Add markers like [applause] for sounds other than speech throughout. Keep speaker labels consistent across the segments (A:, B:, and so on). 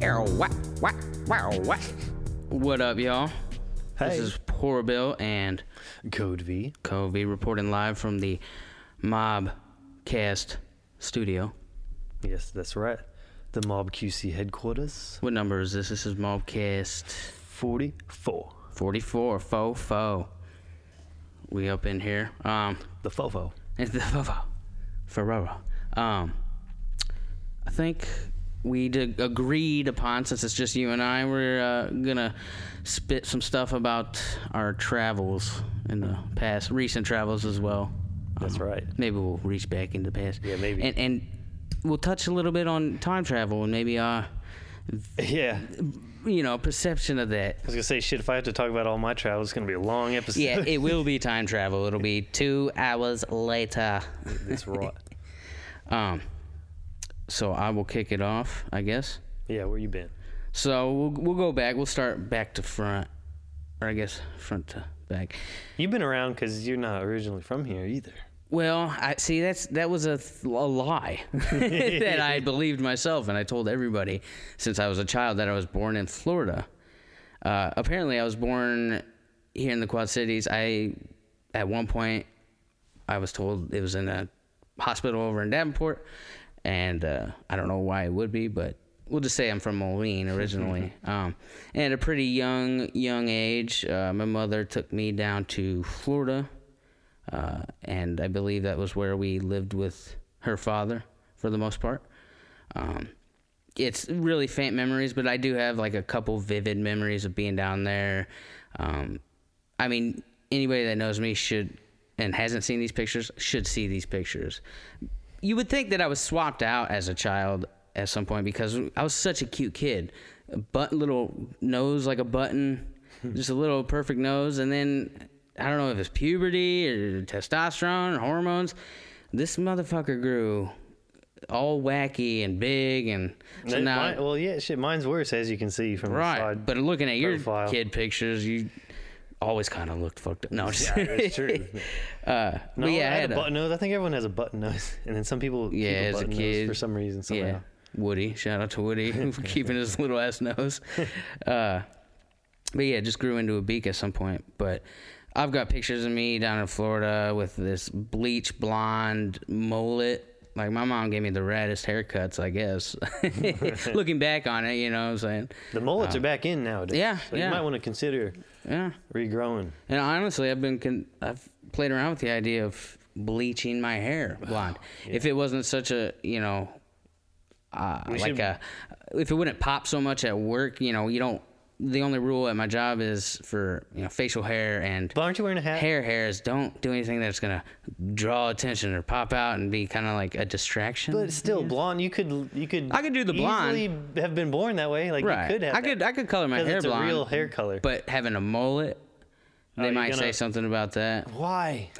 A: Wow, wow, wow, wow, wow. What up, y'all?
B: Hey.
A: This is Poor Bill and
B: Code V.
A: Covey reporting live from the Mobcast studio.
B: Yes, that's right. The Mob QC headquarters.
A: What number is this? This is Mobcast
B: 44.
A: 44, faux, faux. We up in here. Um, [laughs]
B: The FOFO.
A: It's the Fofo. Ferrero. Um, I think we d- agreed upon, since it's just you and I, we're uh, going to spit some stuff about our travels in the past, recent travels as well.
B: That's right.
A: Maybe we'll reach back into the past.
B: Yeah, maybe.
A: And, and we'll touch a little bit on time travel and maybe, uh,
B: Yeah. I
A: you know, perception of that.
B: was going to say, shit, if I have to talk about all my travel, it's going to be a long episode.
A: Yeah, it will be time travel. It'll be two hours later.
B: [laughs] That's right.
A: Um, so I will kick it off, I guess.
B: Yeah, where you been?
A: So we'll we'll go back. We'll start back to front, or I guess front to back.
B: You've been around because you're not originally from here either.
A: Well, I see that's that was a, th- a lie [laughs] that I believed myself, and I told everybody since I was a child that I was born in Florida. Uh, apparently, I was born here in the Quad Cities. I at one point I was told it was in a hospital over in Davenport, and uh, I don't know why it would be, but we'll just say I'm from Moline originally. um, and at a pretty young young age, uh, my mother took me down to Florida, uh, and I believe that was where we lived with her father for the most part. Um, it's really faint memories, but I do have like a couple vivid memories of being down there. Um, I mean, anybody that knows me should and hasn't seen these pictures should see these pictures. You would think that I was swapped out as a child at some point because I was such a cute kid, a but little nose like a button, just a little perfect nose, and then I don't know if it's puberty or testosterone or hormones. This motherfucker grew all wacky and big, and so
B: And
A: now
B: mine- well, yeah, shit, mine's worse, as you can see from
A: Right,
B: the side.
A: but looking at your
B: profile.
A: kid pictures, you always kind of looked fucked up. No, I'm just
B: Yeah, that's true.
A: [laughs] uh,
B: No,
A: but yeah,
B: I had a
A: a-
B: button nose. I think everyone has a button nose, [laughs] and then some people
A: Yeah,
B: keep a
A: as a
B: button
A: kid.
B: nose for some reason somehow.
A: yeah. Woody, shout out to Woody for keeping his little ass nose. Uh, but yeah, it just grew into a beak at some point. But I've got pictures of me down in Florida with this bleach blonde mullet. Like my mom gave me the raddest haircuts, I guess. [laughs] Looking back on it, you know what I'm saying?
B: The mullets are back in nowadays.
A: Uh, yeah,
B: so
A: yeah.
B: You might want to consider
A: Yeah.
B: regrowing.
A: And honestly, I've been con- I've played around with the idea of bleaching my hair blonde. If it wasn't such a you know, uh, like
B: should-
A: a, if it wouldn't pop so much at work, you know, you don't. The only rule at my job is for you know facial hair and
B: But aren't you wearing a hat?
A: hair hairs. Don't do anything that's gonna draw attention or pop out and be kind of like a distraction.
B: But still, blonde. You could you could.
A: I could do the blonde.
B: Easily have been born that way. Like
A: right,
B: you could have.
A: I could
B: that,
A: I could color my
B: 'cause
A: hair
B: it's
A: blonde.
B: a real hair color. Oh,
A: But having a mullet, they
B: you're
A: might say
B: gonna-
A: something about that.
B: why?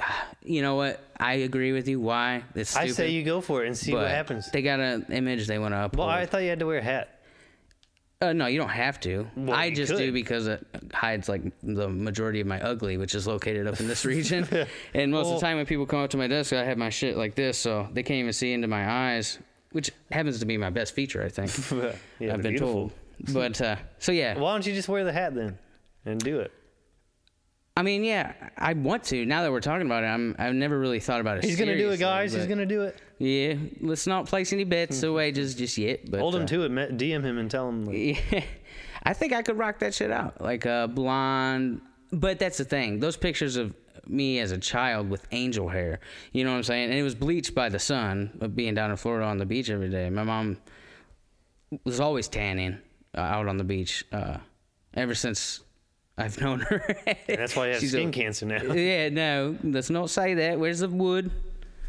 A: you know what? I agree with you. Why? It's
B: I
A: stupid.
B: say you go for it and see what
A: but
B: happens.
A: They got an image they want to upload.
B: well, I thought you had to wear a hat.
A: uh, no, you don't have to.
B: Well,
A: I
B: you
A: just do
B: could.
A: because it hides like the majority of my ugly, which is located up in
B: [laughs]
A: this region. and most of the time when people come up to my desk, I have my shit like this, so they can't even see into my eyes, which happens to be my best feature, I think.
B: [laughs] yeah, they're
A: I've been
B: beautiful.
A: told. But uh, so yeah,
B: Why don't you just wear the hat then, and do it?
A: I mean, yeah, I want to. Now that we're talking about it, I'm I've never really thought about it.
B: He's gonna do
A: seriously,
B: it, guys. He's
A: but-
B: gonna do it.
A: Yeah, let's not place any bets away just just yet. But
B: Hold
A: uh,
B: him to it. ma- DM him and tell him. Like,
A: Yeah. [laughs] I think I could rock that shit out. Like a blonde. But that's the thing. Those pictures of me as a child with angel hair, you know what I'm saying? And it was bleached by the sun of being down in Florida on the beach every day. My mom was always tanning uh, out on the beach uh, ever since I've [laughs] known her.
B: that's why you have
A: She's a-
B: skin cancer now.
A: [laughs] Yeah, no, let's not say that. Where's the wood?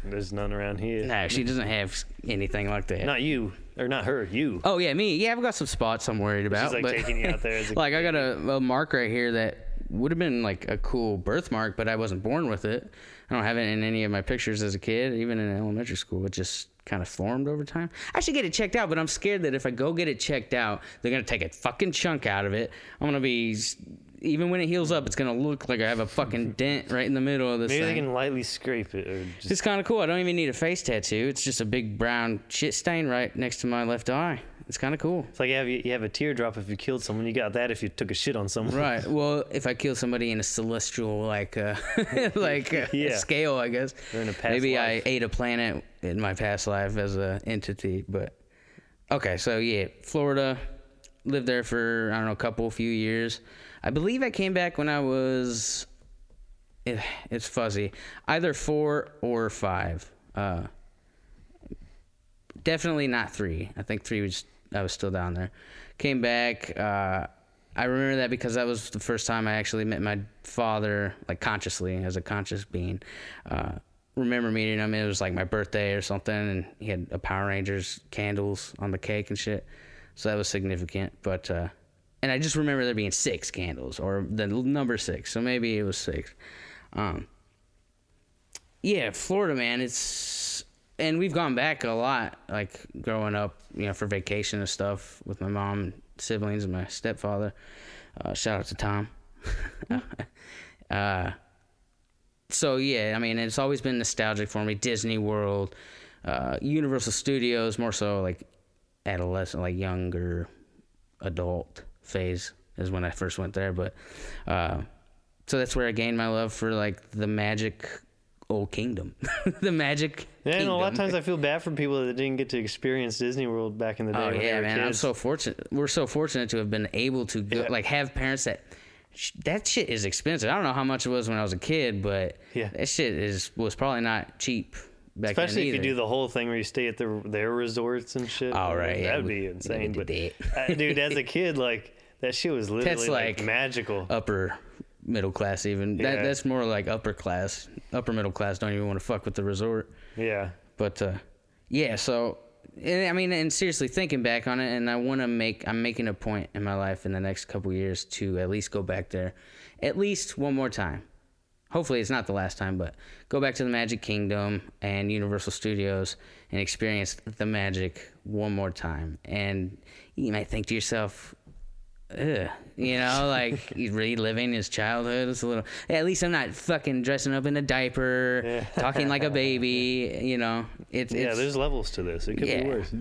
B: There's none around here.
A: No, she doesn't have anything like that.
B: Not you, or not her. You.
A: Oh yeah, me. Yeah, I've got some spots I'm worried about.
B: She's like
A: but
B: taking you out
A: [laughs]
B: there as a
A: like I got a, a mark right here that would have been like a cool birthmark, but I wasn't born with it. I don't have it in any of my pictures as a kid, even in elementary school. It just kind of formed over time. I should get it checked out, but I'm scared that if I go get it checked out, they're gonna take a fucking chunk out of it. I'm gonna be s- even when it heals up, it's gonna look like I have a
B: [laughs]
A: fucking dent right in the middle of this
B: Maybe
A: thing.
B: they can lightly scrape it, or just
A: It's kind of cool. I don't even need a face tattoo. It's just a big brown shit stain right next to my left eye. It's kind of cool.
B: It's like you have you have a teardrop if you killed someone. You got that if you took a shit on [laughs] someone.
A: Right. Well, if I kill somebody in a celestial like uh, [laughs] like uh,
B: Yeah.
A: scale, I guess
B: Or in a past
A: maybe
B: life.
A: I ate a planet in my past life as a entity. But okay, so yeah, Florida lived there for I don't know a couple few years. I believe I came back when I was it, it's fuzzy, either four or five. Uh, definitely not three. I think three was I was still down there. Came back. Uh, I remember that because that was the first time I actually met my father, like consciously as a conscious being. Uh, remember meeting him. It was like my birthday or something, and he had a Power Rangers candles on the cake and shit. So that was significant. But uh, and I just remember there being six candles or the number six. So maybe it was six. Um, yeah, Florida, man. It's and we've gone back a lot, like growing up, you know, for vacation and stuff with my mom, siblings, and my stepfather. Uh, shout out to Tom. [laughs] uh, so yeah, I mean, it's always been nostalgic for me. Disney World, uh, Universal Studios, more so like adolescent, like younger adult phase is when I first went there. But uh, so that's where I gained my love for like the magic old kingdom, [laughs] the magic.
B: Yeah, and a lot of
A: kingdom.
B: times I feel bad for people that didn't get to experience Disney World back in the day.
A: Oh
B: when they
A: yeah,
B: were
A: man! I'm
B: kids.
A: so fortunate. We're so fortunate to have been able to go,
B: Yeah.
A: like have parents that sh- that shit is expensive. I don't know how much it was when I was a kid, but
B: Yeah.
A: that shit is was probably not cheap back then
B: Especially if you
A: either.
B: do the whole thing where you stay at the, their resorts and shit.
A: Oh, right, yeah,
B: That would
A: we-
B: be
A: yeah, we
B: insane.
A: did
B: But, uh,
A: [laughs]
B: dude, as a kid, like, that shit was literally
A: That's
B: like,
A: like- uh,
B: magical.
A: upper middle class even
B: Yeah.
A: that that's more like upper class upper middle class don't even want to fuck with the resort
B: yeah.
A: but uh yeah so and, i mean and seriously thinking back on it and i want to make i'm making a point in my life in the next couple years to at least go back there at least one more time hopefully it's not the last time but go back to the magic kingdom and universal studios and experience the magic one more time and you might think to yourself Ugh. You know,
B: [laughs]
A: like he's reliving his childhood. It's a little. At least I'm not fucking dressing up in a diaper,
B: [laughs]
A: talking like a baby. You know, it's
B: Yeah,
A: it's
B: there's levels to this. It could
A: Yeah.
B: be worse.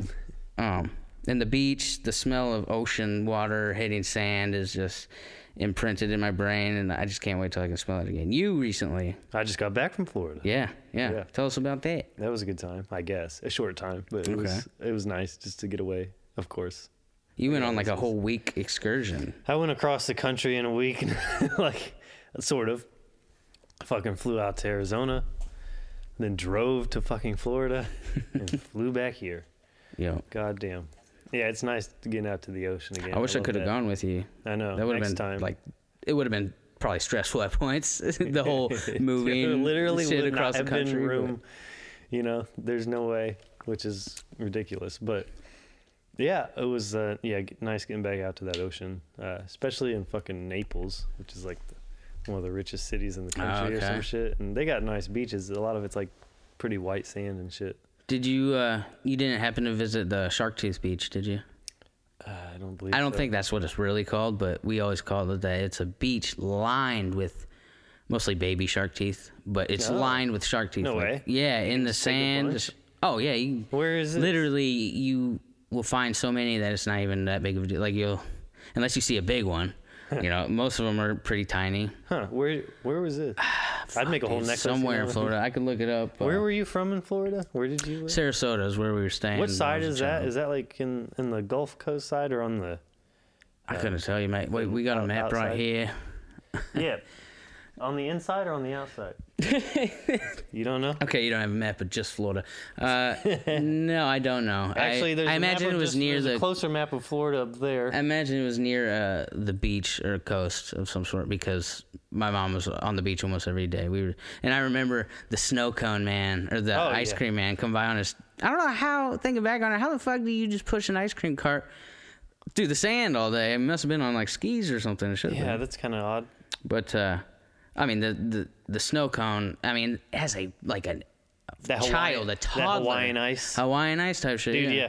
A: um, and the beach, the smell of ocean water hitting sand is just imprinted in my brain, and I just can't wait till I can smell it again. You recently,
B: I just got back from Florida.
A: yeah, yeah.
B: Yeah.
A: Tell us about that.
B: That was a good time, I guess. A short time, but it was it was nice just to get away, of course.
A: You went on like a whole week excursion.
B: I went across the country in a week, [laughs] like sort of. Fucking flew out to Arizona, then drove to
A: [laughs]
B: fucking Florida, and flew back here.
A: Yo,
B: God damn. Yeah, it's nice to get out to the ocean again.
A: I wish I,
B: love
A: could have
B: that.
A: gone with you.
B: I know.
A: That would have
B: Oh, Next
A: been
B: time.
A: like it would have been probably stressful at [laughs]
B: [laughs]
A: points. the whole moving
B: There literally
A: shit
B: would
A: across
B: not
A: the
B: have
A: country.
B: been
A: but-
B: room. You know, there's no way, which is ridiculous. But yeah, it was uh, yeah g- nice getting back out to that ocean, uh, especially in fucking Naples, which is like the, one of the richest cities in the country or
A: Oh, okay.
B: some shit. And they got nice beaches. A lot of it's like pretty white sand and shit.
A: Did you uh you didn't happen to visit the Shark Tooth Beach, did you?
B: Uh, I don't believe.
A: I don't
B: so.
A: think that's what it's really called, but we always call it that. It's a beach lined with mostly baby shark teeth, but it's
B: No.
A: lined with shark teeth.
B: Oh. No way.
A: Yeah, in the
B: take a
A: sand.
B: bunch?
A: just- Oh yeah, you,
B: Where is it?
A: literally you will find so many that it's not even that big of a deal. Like you'll unless you see a big
B: [laughs]
A: one. You know, most of them are pretty tiny.
B: Huh? Where Where was it? I'd make a whole
A: Ah, Dude,
B: necklace. you
A: somewhere
B: know?
A: in Florida. I could look it up. uh,
B: Where were you from in Florida? Where did you live?
A: Sarasota is where we were staying.
B: What
A: when I
B: side
A: was a
B: is that?
A: child.
B: Is that like in in the Gulf Coast side or on the?
A: I couldn't tell you, mate. Wait, we got a
B: out-
A: map right
B: outside?
A: here.
B: [laughs] Yeah, on the inside or on the outside? [laughs] you don't know.
A: Okay, you don't have a map of just Florida.
B: [laughs]
A: Uh, no, I don't know. I-
B: Actually, there's
A: I,
B: a map
A: imagine
B: of
A: it was
B: just-
A: near
B: there's a
A: the.
B: closer map of Florida up there.
A: I imagine it was near uh, the beach or coast of some sort because my mom was on the beach almost every day. We were, and I remember the snow cone man or the
B: Oh,
A: ice
B: yeah.
A: cream man come by on his. I don't know how. Thinking back on it, how the fuck do you just push an ice cream cart through the sand all day? It must have been on like skis or something. It should have been.
B: yeah, that's kind of odd.
A: But uh, I mean the, the the snow cone. I mean as a like a
B: That
A: child, a toddler,
B: That Hawaiian ice.
A: Hawaiian ice type shit.
B: Dude, yeah.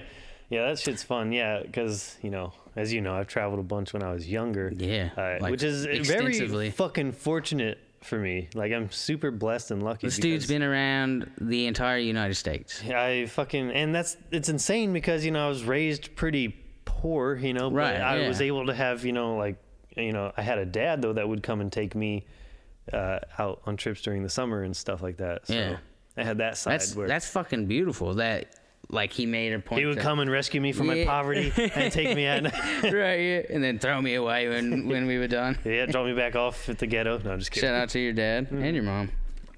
B: yeah, that shit's fun. Yeah, because you know, as you know, I've traveled a bunch when I was younger.
A: Yeah,
B: uh,
A: like,
B: which is
A: extensively.
B: very fucking fortunate for me. Like I'm super blessed and lucky.
A: This dude's
B: because-
A: been around the entire United States.
B: I fucking and that's it's insane because you know I was raised pretty poor, you know,
A: Right,
B: but I
A: yeah.
B: was able to have, you know, like, you know, I had a dad though that would come and take me uh, out on trips during the summer and stuff like that. So
A: Yeah.
B: I had that side
A: That's
B: where
A: that's fucking beautiful. That like he made a point.
B: he would
A: to-
B: come and rescue me from my
A: Yeah.
B: poverty and take me
A: [laughs]
B: out. [laughs]
A: right, yeah, and then throw me away when when we were done.
B: yeah, drop me back off at the ghetto. No, I'm just kidding.
A: Shout out to your dad
B: Mm-hmm.
A: and your mom,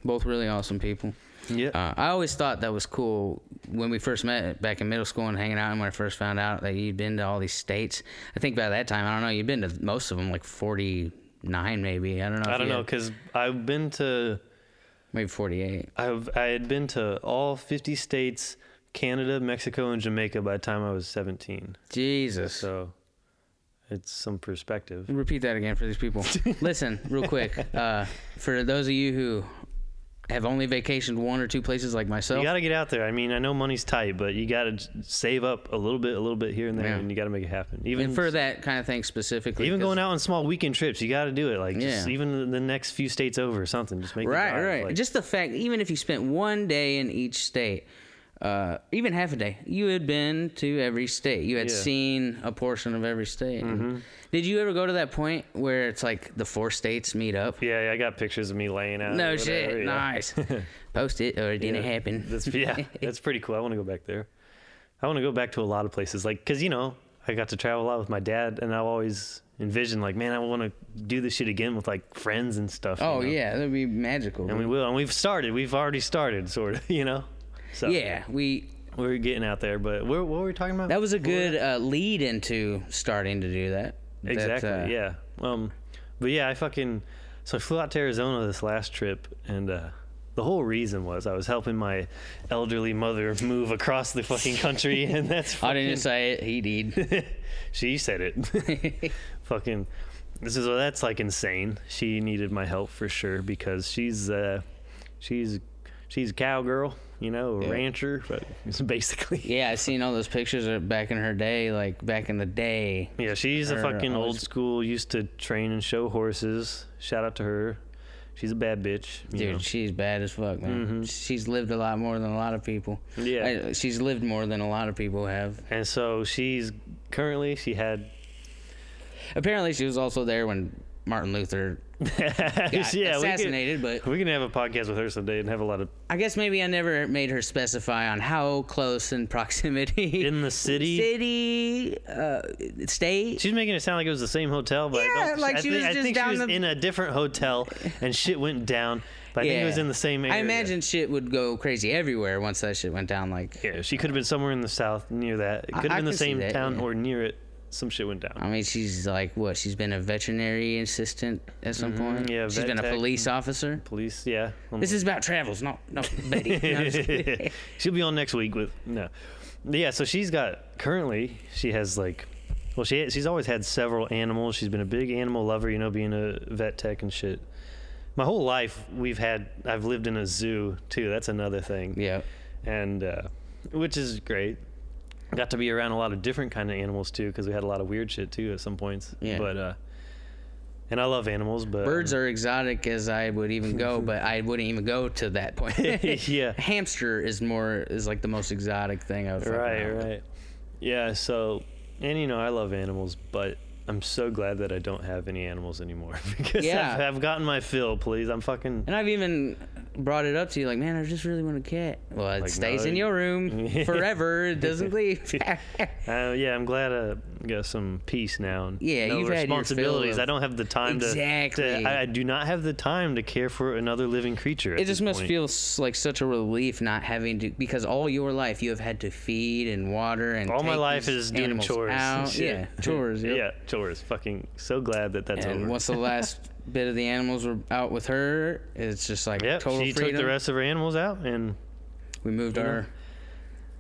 A: both really awesome people.
B: Yeah.
A: Uh, I always thought that was cool when we first met back in middle school and hanging out, and when I first found out that you'd been to all these states. I think by that time, I don't know, you'd been to most of them, like forty nine, maybe. I don't know.
B: I
A: if
B: don't
A: you
B: know,
A: had-
B: because I've been to
A: Maybe forty eight.
B: I've I had been to all 50 states, Canada, Mexico, and Jamaica by the time I was 17.
A: Jesus.
B: So it's some perspective.
A: Repeat that again for these
B: [laughs]
A: people. Listen, real quick, uh, for those of you who have only vacationed one or two places like myself,
B: You got to get out there. I mean, I know money's tight, but you got to save up a little bit, a little bit here and there,
A: Yeah.
B: and you got to make it happen. Even
A: and for that kind of thing specifically,
B: even
A: 'cause-
B: going out on small weekend trips, you got to do it. Like just
A: Yeah.
B: even the next few states over, or something. Just make the
A: right
B: drive,
A: right
B: like-
A: just the fact even if you spent one day in each state uh, even half a day you had been to every state you had
B: Yeah. Mm-hmm.
A: seen a portion of every state did you ever go to that point where it's like the four states meet up
B: yeah, yeah, I got pictures of me laying out.
A: no
B: or
A: shit
B: whatever, yeah.
A: nice post it or it didn't
B: Yeah.
A: happen
B: [laughs]
A: [laughs]
B: That's yeah, that's pretty cool. I want to go back there. I want to go back to a lot of places, like because you know I got to travel a lot with my dad, and I always envision like, man, I want to do this shit again with like friends and stuff. you
A: oh
B: know?
A: yeah that'd be magical
B: and we will, and we've started. We've already started, sort of, [laughs] you know. So
A: yeah we
B: we're getting out there. But we're, what were we talking about?
A: that was a good uh, lead into starting to do that That,
B: exactly.
A: uh,
B: yeah. Um, but yeah, I fucking so I flew out to Arizona this last trip, and uh, the whole reason was I was helping my elderly mother move across the fucking country, and that's
A: [laughs] I didn't say it. He
B: [laughs]
A: did.
B: she
A: [laughs]
B: said it. Fucking, this is that's like insane. She needed my help for sure because she's uh, she's she's a cowgirl, you know, a
A: Yeah.
B: rancher, but it's
A: [laughs]
B: basically. [laughs]
A: Yeah, I seen all those pictures of back in her day, like back in the day.
B: Yeah, she's a
A: Her
B: fucking
A: always-
B: old school. Used to train and show horses. Shout out to her. She's a bad bitch. you
A: Dude,
B: know.
A: she's bad as fuck, man. She's lived a lot more than a lot of people.
B: Mm-hmm. Yeah.
A: I- she's lived more than a lot of people have.
B: And so she's currently she had. [laughs]
A: Apparently, she was also there when Martin
B: [laughs]
A: Luther got
B: yeah,
A: assassinated,
B: We
A: but
B: can, we can have a podcast with her someday and have a lot of
A: I guess maybe I never made her specify on how close in [laughs] proximity.
B: in the
A: [laughs]
B: city.
A: City, uh, state.
B: She's making it sound like it was the same hotel, but
A: Yeah,
B: I don't,
A: like
B: I
A: she
B: think,
A: was
B: I
A: just
B: think
A: down
B: she was
A: the-
B: in a different hotel and shit went down. But I think it was in the same area.
A: I imagine shit would go crazy everywhere once that shit went down. Like,
B: Yeah, she could have been somewhere in the south near that. It
A: I-
B: could
A: I
B: have been the
A: can see
B: same
A: that,
B: town
A: yeah. Oh.
B: or near it. Some shit went down.
A: I mean, she's like what? She's been a veterinary assistant at some point.
B: Mm-hmm. yeah,
A: she's
B: vet
A: been a
B: tech.
A: police officer.
B: Police, yeah. Um, [laughs]
A: This is [laughs] about travels, not not Betty. No, I'm just kidding.
B: She'll be on next week with no. Yeah, so she's got currently she has like well she she's always had several animals. She's been a big animal lover, you know, being a vet tech and shit. My whole life we've had I've lived in a zoo too. That's another thing.
A: yeah,
B: and uh, which is great. Got to be around a lot of different kind of animals too, because we had a lot of weird shit too at some points.
A: Yeah.
B: But uh, and I love animals, but
A: birds are exotic as I would even go, but I wouldn't even go to that point.
B: [laughs] [laughs] yeah,
A: [laughs] Hamster is more is like the most exotic thing I've
B: right, right, yeah. So and you know I love animals, but I'm so glad that I don't have any animals anymore [laughs] because
A: Yeah.
B: I've, I've gotten my fill. Please, I'm fucking.
A: And I've even brought it up to you, like, man, I just really want a cat. Well, it
B: Like,
A: stays
B: no.
A: in your
B: [laughs]
A: room forever. It doesn't leave. [laughs]
B: Uh, yeah, I'm glad I got some peace now. and
A: Yeah,
B: no
A: you've had your fill
B: responsibilities.
A: of-
B: I don't have the time to- to.
A: Exactly.
B: I, I do not have the time to care for another living creature. at
A: It just
B: this
A: must
B: point.
A: feel s- like such a relief not having to because all your life you have had to feed and water and
B: All my
A: take
B: life
A: these
B: is doing
A: animals
B: chores. and
A: out.
B: [laughs] shit.
A: Yeah, chores. Yep.
B: Yeah, chores. Fucking so glad that that's
A: And
B: over. [laughs]
A: once the last bit of the animals were out with her, it's just like
B: Yep,
A: total
B: she
A: freedom.
B: took the rest of her animals out, and
A: we moved our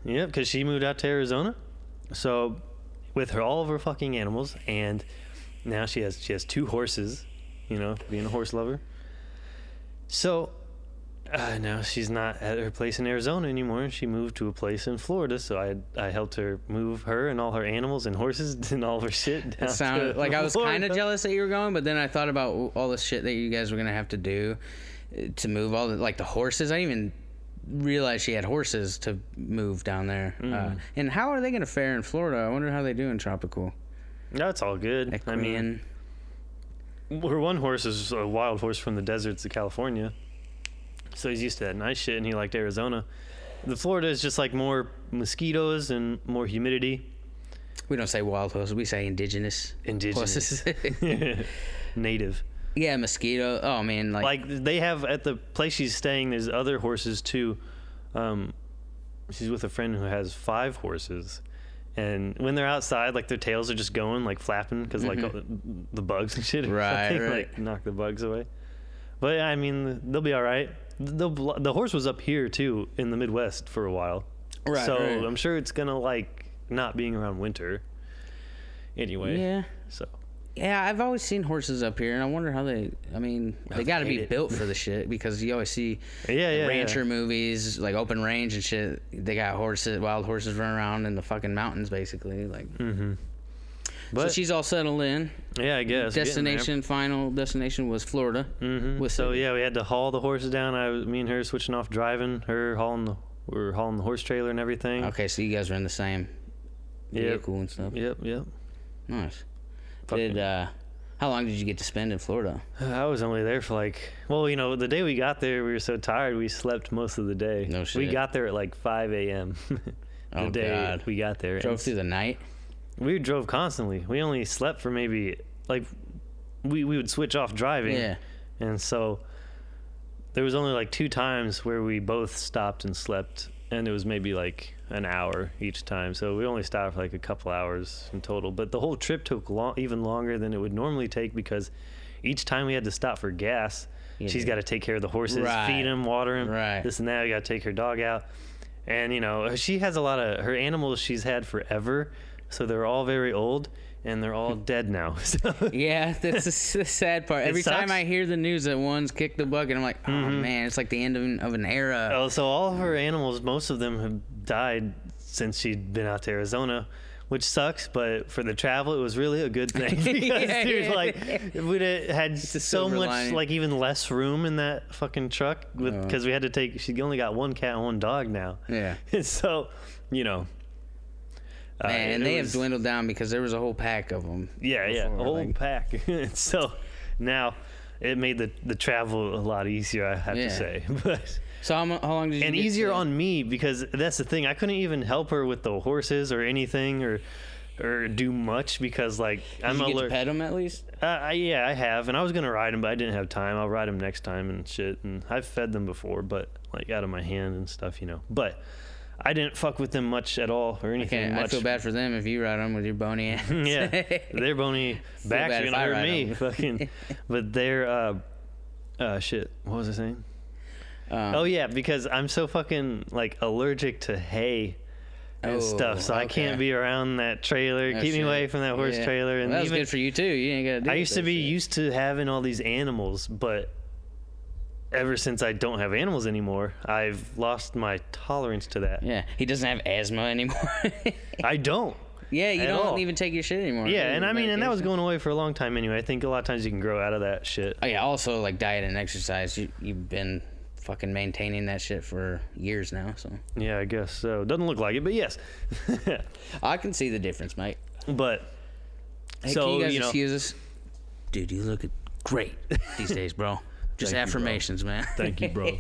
B: yep, because she moved out to Arizona, so with her all of her fucking animals, and now she has she has two horses, you know, being a horse lover. So uh, now she's not at her place in Arizona anymore. She moved to a place in Florida, so I I helped her move her and all her animals and horses [laughs] and all of her shit. Down
A: It sounded like I was kind of
B: jealous.
A: jealous that you were going, but then I thought about all the shit that you guys were gonna have to do uh, to move all the like the horses. I didn't even realize she had horses to move down there.
B: Mm.
A: Uh, and how are they going to fare in Florida? I wonder how they do in tropical.
B: No, it's all good. I mean,
A: Equian.
B: her one horse is a wild horse from the deserts of California, so he's used to that nice shit, and he liked Arizona. The Florida is just like more mosquitoes and more humidity. [laughs]
A: we don't say wild horses, we say indigenous.
B: Indigenous.
A: horses.
B: [laughs]
A: [laughs]
B: native.
A: yeah, mosquito. Oh man, like,
B: Like they have at the place she's staying, there's other horses too. Um, she's with a friend who has five horses, and when they're outside, like their tails are just going like flapping because like uh, the bugs and shit, or
A: Mm-hmm. Right,
B: something,
A: right.
B: Like knock the bugs away. But I mean, they'll be all right. The the horse was up here too in the Midwest for a while,
A: Right,
B: So
A: right.
B: I'm sure it's gonna like not being around winter. Anyway,
A: yeah.
B: So
A: Yeah, I've always seen horses up here, and I wonder how they. I mean, they got to
B: hate
A: be
B: it.
A: built for the shit because you always see
B: yeah, yeah,
A: rancher
B: yeah.
A: movies like open range and shit. They got horses, wild horses running around in the fucking mountains, basically. Like, so
B: Mm-hmm. But-
A: she's all settled in.
B: yeah, I guess getting there.
A: destination, final destination was Florida. Mm-hmm. With
B: So yeah, we had to haul the horse down. I, was- me and her switching off driving. Her hauling the, we were hauling the horse trailer and everything.
A: Okay, so you guys were in the same
B: Yep.
A: vehicle and stuff.
B: Yep, yep. [sighs]
A: Nice.
B: Fucking-
A: Did uh, how long did you get to spend in Florida?
B: I was only there for like, well, you know, the day we got there, we were so tired, we slept most of the day.
A: No
B: We
A: shit.
B: got there at like 5 a.m. [laughs] the
A: Oh,
B: day
A: God.
B: we got there.
A: Drove
B: And
A: through the night.
B: We drove constantly. We only slept for maybe like, we we would switch off driving.
A: Yeah.
B: And so there was only like two times where we both stopped and slept, and it was maybe like an hour each time. So we only stopped for like a couple hours in total. But the whole trip took long, even longer than it would normally take because each time we had to stop for gas,
A: Yeah,
B: she's
A: dude.
B: got to take care of the horses,
A: Right.
B: feed them, water them,
A: Right.
B: this and that. We got to take her dog out. And, you know, she has a lot of her animals she's had forever. So they're all very old and
A: [laughs]
B: they're all dead now. [laughs] So
A: Yeah, [laughs] that's the, s- the sad part. Every time
B: sucks. Mm-hmm.
A: I hear the news that one's kicked the bucket, I'm like, oh man, it's like the end of an, of an era.
B: Oh, so all of her animals, most of them have died since she'd been out to Arizona, which sucks. But for the travel, it was really a good thing [laughs] because,
A: Yeah,
B: dude,
A: yeah,
B: like, we'd have had
A: a
B: so
A: silver
B: much,
A: lining. Uh-huh.
B: like, even less room in that fucking truck because we had to take. She only got one cat and one dog now, [laughs]
A: Yeah.
B: and so, you know. uh,
A: Man, and
B: it
A: they
B: was-
A: have dwindled down because there was a whole pack of them.
B: yeah, yeah, a
A: before,
B: whole
A: like-
B: pack. [laughs] so now it made the the travel a lot easier. I have
A: Yeah.
B: to say, [laughs] but.
A: So how, mu- how long did you?
B: and
A: get
B: easier
A: to-
B: on me because that's the thing. I couldn't even help her with the horses or anything or or do much because like
A: Did
B: I'm
A: you get to
B: allergic.
A: pet them at least?
B: Uh, I- yeah, I have, and I was gonna ride them, but I didn't have time. I'll ride them next time and shit. And I've fed them before, but like out of my hand and stuff, you know. But I didn't fuck with them much at all or anything.
A: Okay,
B: much.
A: I feel bad for them if you ride them with your
B: [laughs]
A: bony ass. [laughs]
B: yeah, their bony
A: bad
B: backs are
A: if
B: gonna
A: I
B: hurt
A: ride
B: me.
A: 'em. [laughs]
B: [laughs] Fucking, but their uh, uh, shit. What was I saying?
A: Um,
B: Oh yeah, because I'm so fucking like allergic to hay and
A: Oh,
B: stuff, so I
A: okay.
B: can't be around that trailer.
A: Oh,
B: Keep me
A: shit.
B: away from that horse
A: Yeah.
B: trailer. And
A: Well, that was
B: even
A: good for you too. You ain't gotta do.
B: I
A: with
B: used to
A: that
B: be
A: shit.
B: used to having all these animals, but ever since I don't have animals anymore, I've lost my tolerance to that.
A: Yeah, he doesn't have asthma anymore. [laughs]
B: I don't.
A: yeah, you
B: At
A: don't
B: all.
A: even take your shit anymore.
B: Yeah,
A: do
B: and
A: you?
B: I mean, and that was
A: Medication.
B: going away for a long time anyway. I think a lot of times you can grow out of that shit.
A: Oh, yeah, also like diet and exercise. You you've been fucking maintaining that shit for years now, so
B: Yeah, I guess so. Doesn't look like it, but yes. [laughs]
A: I can see the difference, mate.
B: but
A: Hey,
B: so
A: can you guys
B: know,
A: excuse us? Dude, you look great
B: [laughs]
A: these days, bro. Just
B: Thank you, bro.
A: affirmations, man.
B: thank
A: [laughs]
B: you, bro.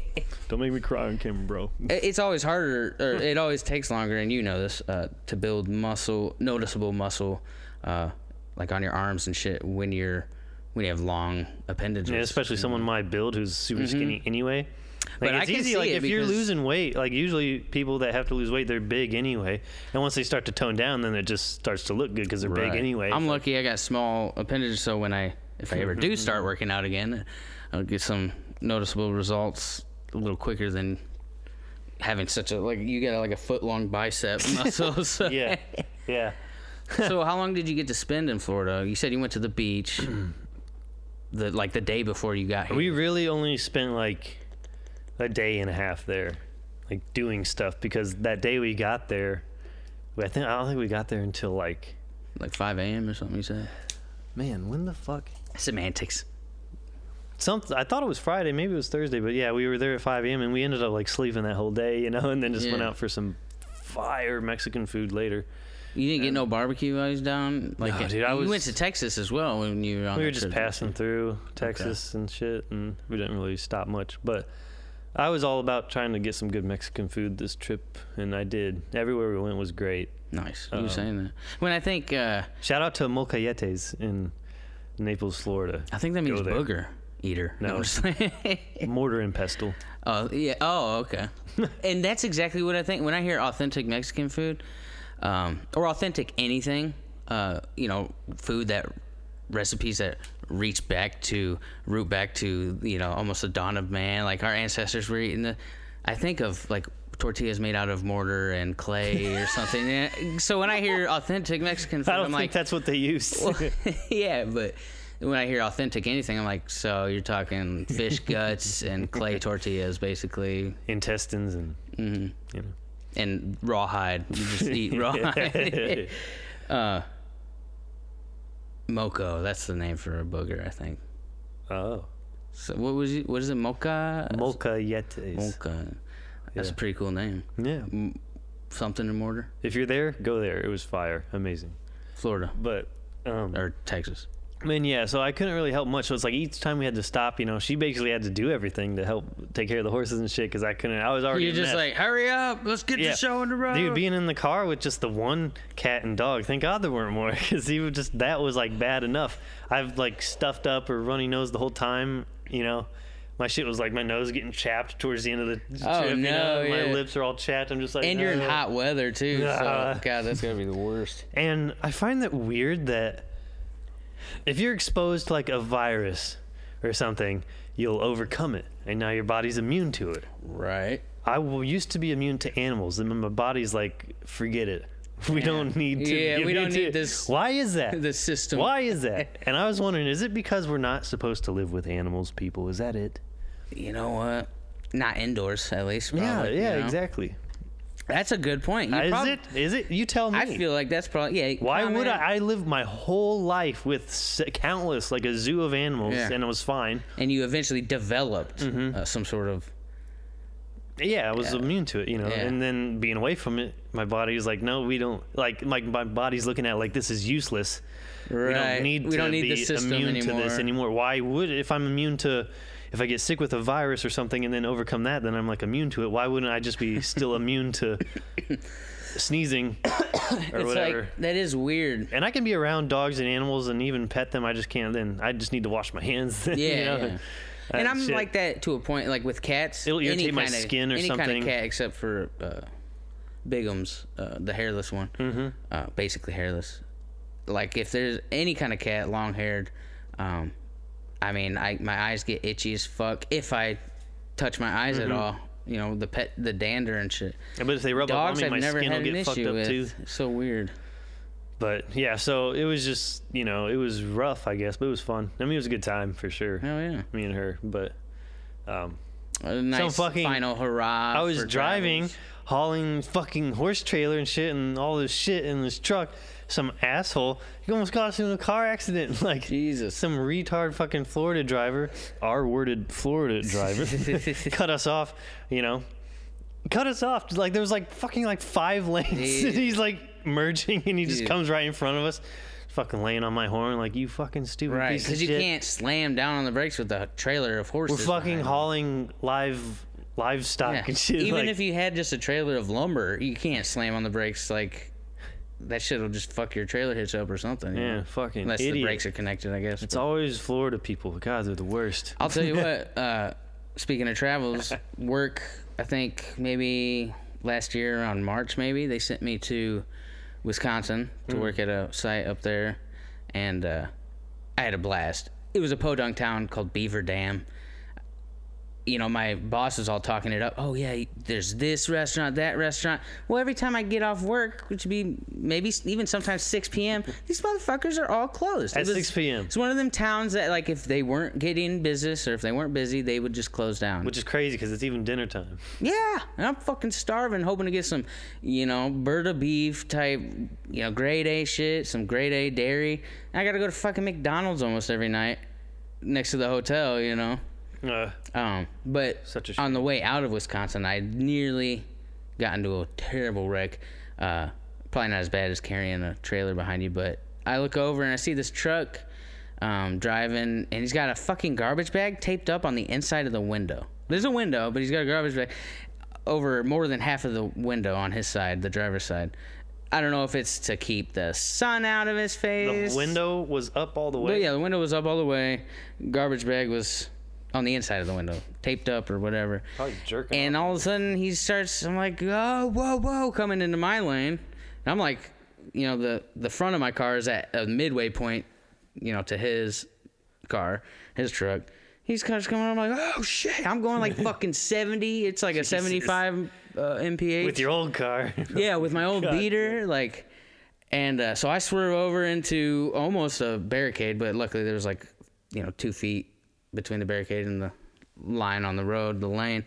B: don't make me cry on camera, bro.
A: It- it's always harder or it always takes longer and you know this uh, to build muscle noticeable muscle uh, like on your arms and shit when you're when you have long appendages
B: Yeah, especially someone my build who's super skinny anyway. Like,
A: Mm-hmm. But I
B: it's
A: can
B: easy.
A: see
B: Like
A: it
B: if you're
A: because-
B: losing weight, like usually people that have to lose weight, they're big anyway. And once they start to tone down, then it just starts to look good because they're
A: Right.
B: big anyway. Mm-hmm.
A: i'm lucky i got small appendages so when i if i ever do start working out again i'll get some noticeable results a little quicker than having such a like you got like a foot long
B: [laughs]
A: bicep muscle so,
B: yeah,
A: [laughs]
B: yeah.
A: so how long did you get to spend in florida you said you went to the
B: [clears throat]
A: beach the like the day before you got here
B: We really only spent like a day and a half there, like doing stuff because that day we got there, I think I don't think we got there until like
A: like 5 a.m. or something. You said
B: man, when the fuck?
A: semantics.
B: something. I thought it was Friday, maybe it was Thursday, but yeah, we were there at 5 a.m. and we ended up like sleeping that whole day, you know, and then just went
A: Yeah.
B: out for some fire Mexican food later.
A: You didn't get no barbecue while you was down. Like,
B: No, dude, I
A: you
B: was-
A: went to Texas as well when you were on.
B: we
A: that
B: were just
A: trip.
B: passing through Texas and shit, and we didn't really stop much. But I was all about trying to get some good Mexican food this trip, and I did. Everywhere we went was great.
A: Nice. You were
B: Uh-oh.
A: saying that. When I think, uh,
B: Shout out to Molcayetes in
A: [laughs]
B: Naples, Florida.
A: I think that means
B: Go there.
A: booger eater.
B: No.
A: I'm just like-
B: Mortar and pestle.
A: [laughs] Oh yeah. Oh okay.
B: [laughs]
A: and that's exactly what I think when I hear authentic Mexican food, um, or authentic anything. Uh, you know, food that recipes that reach back to root back to you know almost the dawn of man. Like our ancestors were eating the. I think of like tortillas made out of mortar and clay or something.
B: [laughs]
A: And so when I hear authentic Mexican food,
B: I don't
A: I'm
B: think
A: like,
B: that's what
A: [laughs]
B: they used.
A: yeah, but when I hear authentic anything, I'm like, so you're talking
B: [laughs]
A: fish guts and clay tortillas, basically,
B: Intestines and
A: mm-hmm.
B: you know.
A: and rawhide. You just eat [laughs]
B: [laughs]
A: rawhide. Moco, that's the name for a booger, I think.
B: oh,
A: So what was it? What is it? Mocha.
B: Molcayetes.
A: Mocha. That's
B: Yeah.
A: a pretty cool name.
B: Yeah.
A: Something in mortar.
B: If you're there, go there. It was fire. Amazing.
A: Florida
B: But um,
A: or Texas.
B: I mean, yeah, so I couldn't really help much. So it's like each time we had to stop, you know, she basically had to do everything to help take care of the horses and shit because I couldn't. I was already.
A: You're
B: a
A: just
B: mess.
A: like, hurry up, let's get the show on the road.
B: Dude, being in the car with just the one cat and dog. Thank God there weren't more [laughs] because he would just that was like bad enough. I've like stuffed up or runny nose the whole time. You know, my shit was like my nose getting chapped towards the end of the
A: Oh,
B: trip. you know?
A: no,
B: My
A: yeah.
B: lips are all chapped. I'm just like,
A: and you're in
B: "Ugh."
A: hot weather too.
B: Ah.
A: so God, that's gonna be the worst.
B: And I find that weird that if you're exposed to like a virus or something, you'll overcome it, and now your body's immune to it.
A: Right.
B: I w- used to be immune to animals, and then my body's like, forget it. [laughs] We don't need to.
A: Yeah,
B: be
A: we don't
B: immune to
A: need
B: it."
A: this-
B: [laughs] Why is that?
A: The system.
B: Why
A: [laughs]
B: is that? And I was wondering, is it because we're not supposed to live with animals, people? Is that it?
A: You know what? Not indoors, at least. probably,
B: yeah, yeah,
A: you know?
B: exactly.
A: That's a good point. You
B: is
A: prob-
B: it? Is it? You tell me.
A: I feel like that's probably yeah.
B: Why
A: comment.
B: would I? I lived my whole life with s- countless, like a zoo of animals,
A: Yeah.
B: and it was fine.
A: And you eventually developed
B: Mm-hmm.
A: uh, some sort of
B: Yeah, I was immune to it, you know.
A: Yeah.
B: And then being away from it, my body was like, no, we don't. Like, my, my body's looking at it like this is useless. We don't need
A: we
B: to
A: don't need
B: be
A: the system
B: immune
A: anymore.
B: to this anymore. Why would if I'm immune to if I get sick with a virus or something and then overcome that, then I'm like immune to it. Why wouldn't I
A: [laughs]
B: just be still immune to sneezing or
A: [coughs] It's
B: whatever?
A: like that is weird.
B: and I can be around dogs and animals and even pet them. I just can't. Then I just need to wash my hands. [laughs] you
A: Yeah.
B: know?
A: yeah. And
B: Uh,
A: I'm
B: shit.
A: like that to a point, like with cats.
B: It'll
A: any
B: irritate my
A: kinda-
B: skin or
A: any
B: something.
A: kind of cat, except for uh, Bigum's, uh, the hairless one. Mm-hmm. Uh, basically hairless. Like if there's any kind of cat, long haired. Um, I mean, I my eyes get itchy as fuck if I touch my eyes
B: Mm-hmm.
A: at all. You know, the pet, the dander and shit.
B: But if they rub up on
A: Dogs,
B: me,
A: I've
B: my
A: never
B: skin will
A: had an
B: get fucked
A: issue
B: up
A: with.
B: too.
A: So weird.
B: But yeah, so it was just you know it was rough, I guess, but it was fun. I mean, it was a good time for sure.
A: Hell Oh, yeah.
B: Me and her, but um,
A: A nice
B: fucking-
A: final hurrah.
B: I was
A: for
B: driving,
A: travels.
B: hauling fucking horse trailer and shit and all this shit in this truck. Some asshole, he almost got us in a car accident. [laughs] Like
A: Jesus.
B: some retard fucking Florida driver, R-worded
A: [laughs]
B: Florida driver, cut us off. You know, cut us off. Like there was like fucking like five [laughs] lanes.
A: Dude.
B: And he's like merging, and he just
A: Dude.
B: comes right in front of us. Fucking laying on my horn like you fucking stupid
A: Right,
B: piece of
A: because you
B: shit."
A: can't slam down on the brakes with a trailer of
B: We're
A: horses.
B: fucking
A: behind.
B: hauling live livestock
A: Yeah.
B: and shit.
A: Even
B: like,
A: if you had just a trailer of lumber, you can't slam on the brakes. Like that shit will just fuck your trailer hitch up or something. you
B: yeah,
A: know?
B: fucking
A: Unless
B: idiot.
A: the brakes are connected, I guess.
B: It's always Florida people. God, they're the worst.
A: I'll tell you what. Uh, speaking of travels, work. I think maybe last year around March, maybe they sent me to Wisconsin to work at a site up there, and uh, I had a blast. It was a podunk town called Beaver Dam. You know, my boss is all talking it up. Oh yeah, there's this restaurant, that restaurant. Well, every time I get off work, which would be maybe s- even sometimes 6 p.m., these motherfuckers are all closed. It
B: At 6 p.m..
A: It's one of them towns that, like, if they weren't getting business or if they weren't busy, they would just close down.
B: Which is crazy because it's even dinner time.
A: yeah, and I'm fucking starving, hoping to get some, you know, Berta beef type, you know, grade A shit, some grade A dairy. And I gotta go to fucking McDonald's almost every night next to the hotel, you know.
B: Uh,
A: Um, but
B: Such a
A: on the way out of Wisconsin, I nearly got into a terrible wreck. Uh, probably not as bad as carrying a trailer behind you, but I look over and I see this truck um, driving, and he's got a fucking garbage bag taped up on the inside of the window. There's a window, but he's got a garbage bag over more than half of the window on his side, the driver's side. I don't know if it's to keep the sun out of his face.
B: the window was up all the
A: But
B: way.
A: yeah, the window was up all the way. Garbage bag was on the inside of the window, taped up or whatever.
B: Probably jerking.
A: And
B: off.
A: all of a sudden he starts. I'm like, oh, whoa, whoa, coming into my lane. And I'm like, you know, the the front of my car is at a midway point, you know, to his car, his truck. He's kind of coming. I'm like, oh shit! I'm going like fucking 70. It's like a 75 uh, mph
B: with your old car. [laughs]
A: yeah, with my old beater, like, and uh, so I swerve over into almost a barricade, but luckily there was like, you know, two feet between the barricade and the line on the road, the lane.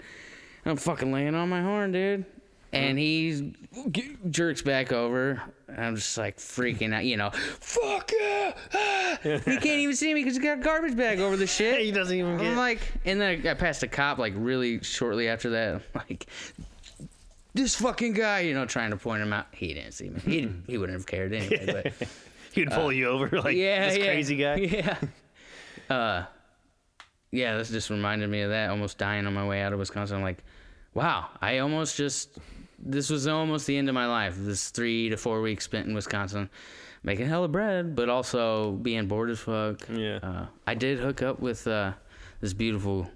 A: And I'm fucking laying on my horn, dude. And he g- jerks back over, and I'm just like freaking out, you know. Fuck yeah! Ah! He can't even see me because he's got a garbage bag over the shit.
B: [laughs] he doesn't even get.
A: I'm like, and then I, I passed a cop like really shortly after that. [laughs] I'm like, this fucking guy, you know, trying to point him out. He didn't see me. He he wouldn't have cared anyway. But
B: He'd pull you over [laughs] like
A: yeah,
B: this
A: yeah.
B: crazy guy.
A: [laughs]
B: [laughs]
A: Yeah. Uh, yeah. This just reminded me of that. Almost dying on my way out of Wisconsin. I'm like, wow, I almost just. This was almost the end of my life. This three to four weeks spent in Wisconsin, making hella bread, but also being bored as fuck.
B: Yeah.
A: Uh, I did hook up with uh, this beautiful,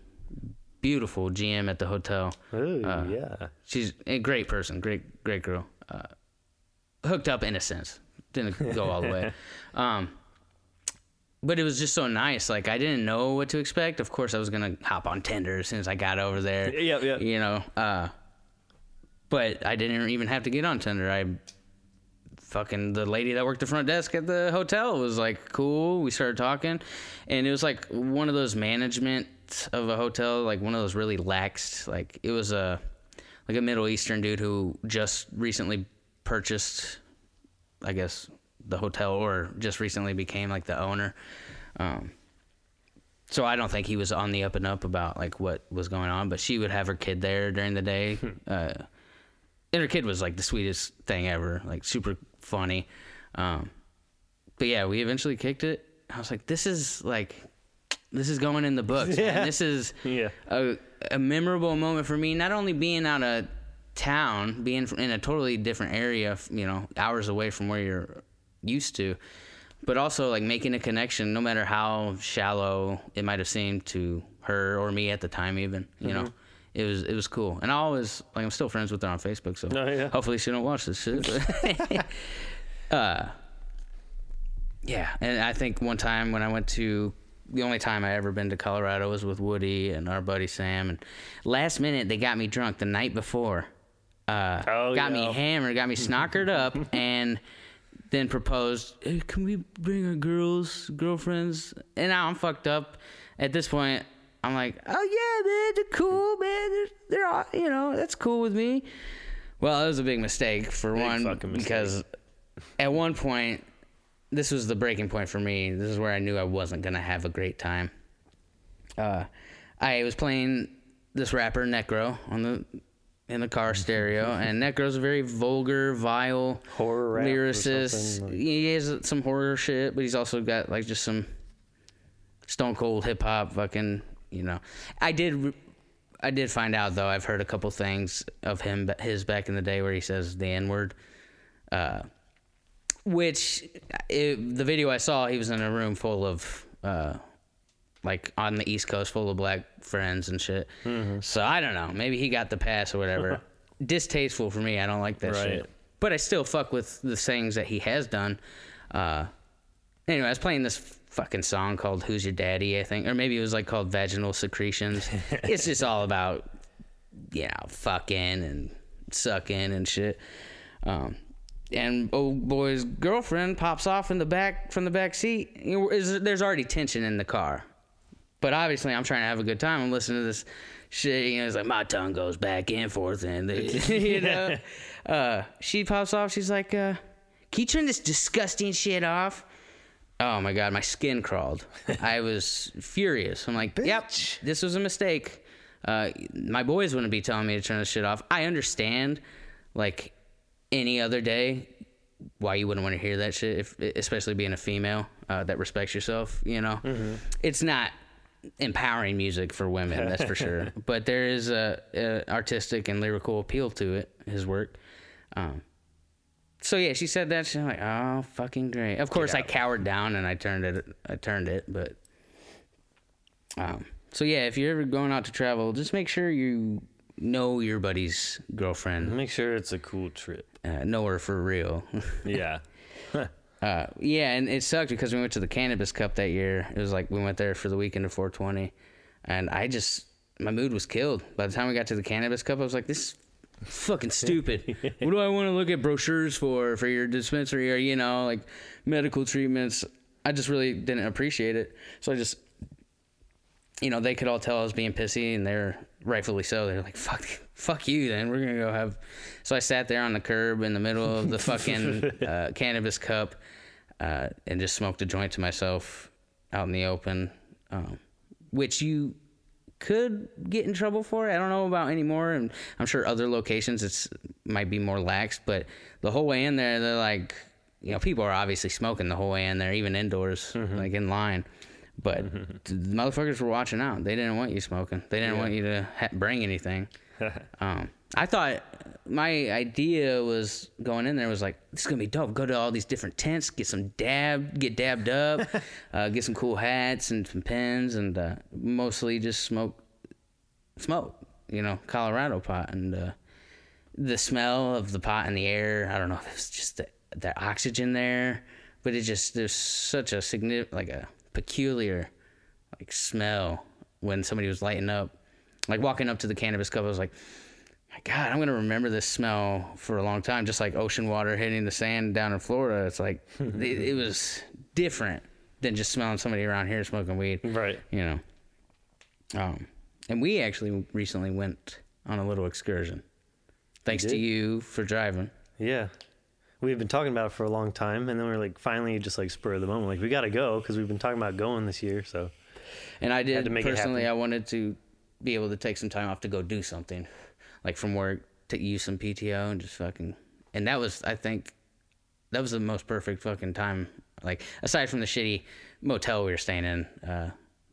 A: beautiful GM at the hotel.
B: Oh
A: Uh,
B: yeah.
A: She's a great person, great great girl. Uh, hooked up in a sense, didn't go all the
B: [laughs]
A: way. Um, but it was just so nice. Like I didn't know what to expect. Of course, I was gonna hop on Tinder as soon as I got over there.
B: Yeah, yeah.
A: You know, uh, but I didn't even have to get on Tinder. I fucking the lady that worked the front desk at the hotel was like cool. We started talking, and it was like one of those management of a hotel, like one of those really laxed. Like it was a like a Middle Eastern dude who just recently purchased, I guess, the hotel or just recently became like the owner. Um, so I don't think he was on the up and up about like what was going on, but she would have her kid there during the day. Uh, and her kid was like the sweetest thing ever, like super funny. Um, but yeah, we eventually kicked it. I was like, this is like, this is going in the books. man.
B: [laughs] Yeah.
A: This is
B: Yeah.
A: a, a memorable moment for me. Not only being out of town, being in a totally different area, you know, hours away from where you're used to, but also like making a connection, no matter how shallow it might have seemed to her or me at the time, even you
B: Mm-hmm.
A: know. It was it was cool, and I always like I'm still friends with her on Facebook, so
B: Oh, yeah.
A: hopefully she don't watch this
B: [laughs]
A: shit. [laughs] but- yeah, and I think one time when I went to the only time I ever been to Colorado was with Woody and our buddy Sam, and last minute they got me drunk the night before. Uh,
B: Oh,
A: got
B: yeah.
A: me hammered, got me snockered
B: [laughs]
A: up, and then proposed. "Hey, can we bring our girls, girlfriends? And now I'm fucked up. At this point, I'm like, oh yeah, man, they're cool, man. They're, they're all, you know, that's cool with me. Well, it was a big mistake for one
B: fucking mistake.
A: because at one point this was the breaking point for me. This is where I knew I wasn't gonna have a great time. Uh, I was playing this rapper Necro on the in the car
B: [laughs]
A: stereo, and Necro's a very vulgar, vile
B: Horror rap or
A: lyricist.
B: something, like-
A: He has some horror shit, but he's also got like just some stone cold hip hop fucking. You know, I did. re- I did find out though. I've heard a couple things of him, his back in the day, where he says the N word which uh, it, the video I saw, he was in a room full of, uh, like on the East Coast, full of black friends and shit. So I don't know. Maybe he got the pass or whatever. Distasteful for me. I don't like that
B: Right.
A: shit. But I still fuck with the things that he has done. Uh, anyway, I was playing this fucking song called "Who's Your Daddy," I think, or maybe it was like called "Vaginal Secretions." it's just all about you know, fucking and sucking and shit. Um, and old boy's girlfriend pops off in the back from the back seat. You know, is- There's already tension in the car, but obviously I'm trying to have a good time. I'm listening to this shit. You know, it's like my tongue goes back and forth, and [laughs] you know, uh, she pops off. She's like, uh, "Can you turn this disgusting shit off?" Oh my god, my skin crawled. I was furious. I'm like, yep,
B: Bitch.
A: this was a mistake. Uh, my boys wouldn't be telling me to turn this shit off. I understand, like any other day, why you wouldn't want to hear that shit, if, especially being a female uh, that respects yourself. You know, it's not empowering music for women, that's for sure. But there is a, a artistic and lyrical appeal to it, his work. Um, so yeah, she said that. She's like, "Oh, fucking great." Of course, I cowered down and I turned it. I turned it, but. Um. So yeah, if you're ever going out to travel, just make sure you know your buddy's girlfriend.
B: Make sure it's a cool trip.
A: Uh, know her for real.
B: [laughs] Yeah.
A: uh, yeah, and it sucked because we went to the Cannabis Cup that year. It was like we went there for the weekend of 420, and I just my mood was killed. By the time we got to the Cannabis Cup, I was like, "This is fucking stupid. what do I want to look at brochures for for your dispensary or you know like medical treatments?" I just really didn't appreciate it. So I just you know, they could all tell I was being pissy, and they're rightfully so. They're like, "Fuck, fuck you." Then we're gonna go have. So I sat there on the curb in the middle of the fucking uh, cannabis cup, uh, and just smoked a joint to myself out in the open, um, which you could get in trouble for. I don't know about anymore, and I'm sure other locations it's might be more lax. But the whole way in there, they're like, you know, people are obviously smoking the whole way in there, even indoors, like in line. But the motherfuckers were watching out. They didn't want you smoking. They didn't want you to ha- bring anything. um, I thought my idea was going in there was like this is gonna be dope. Go to all these different tents, get some dab, get dabbed up, uh, get some cool hats and some pens, and uh, mostly just smoke, smoke. You know, Colorado pot and uh, the smell of the pot in the air. I don't know if it's just the, the oxygen there, but it just there's such a significant like a peculiar like smell when somebody was lighting up. Like walking up to the cannabis cup, I was like, my God, I'm gonna remember this smell for a long time. Just like ocean water hitting the sand down in Florida, it's like it, it was different than just smelling somebody around here smoking weed
B: Right.
A: you know. Um, and we actually recently went on a little excursion. Thanks to
B: did?
A: you for driving.
B: Yeah. We've been talking about it for a long time, and then we are like, finally, just like spur of the moment, like we gotta go because we've been talking about going this year. So
A: And I did
B: to make it
A: personally. I
B: happen.
A: wanted to be able to take some time off to go do something, like from work, to use some PTO and just fucking. And that was, I think, that was the most perfect fucking time. Like aside from the shitty motel we were staying in uh,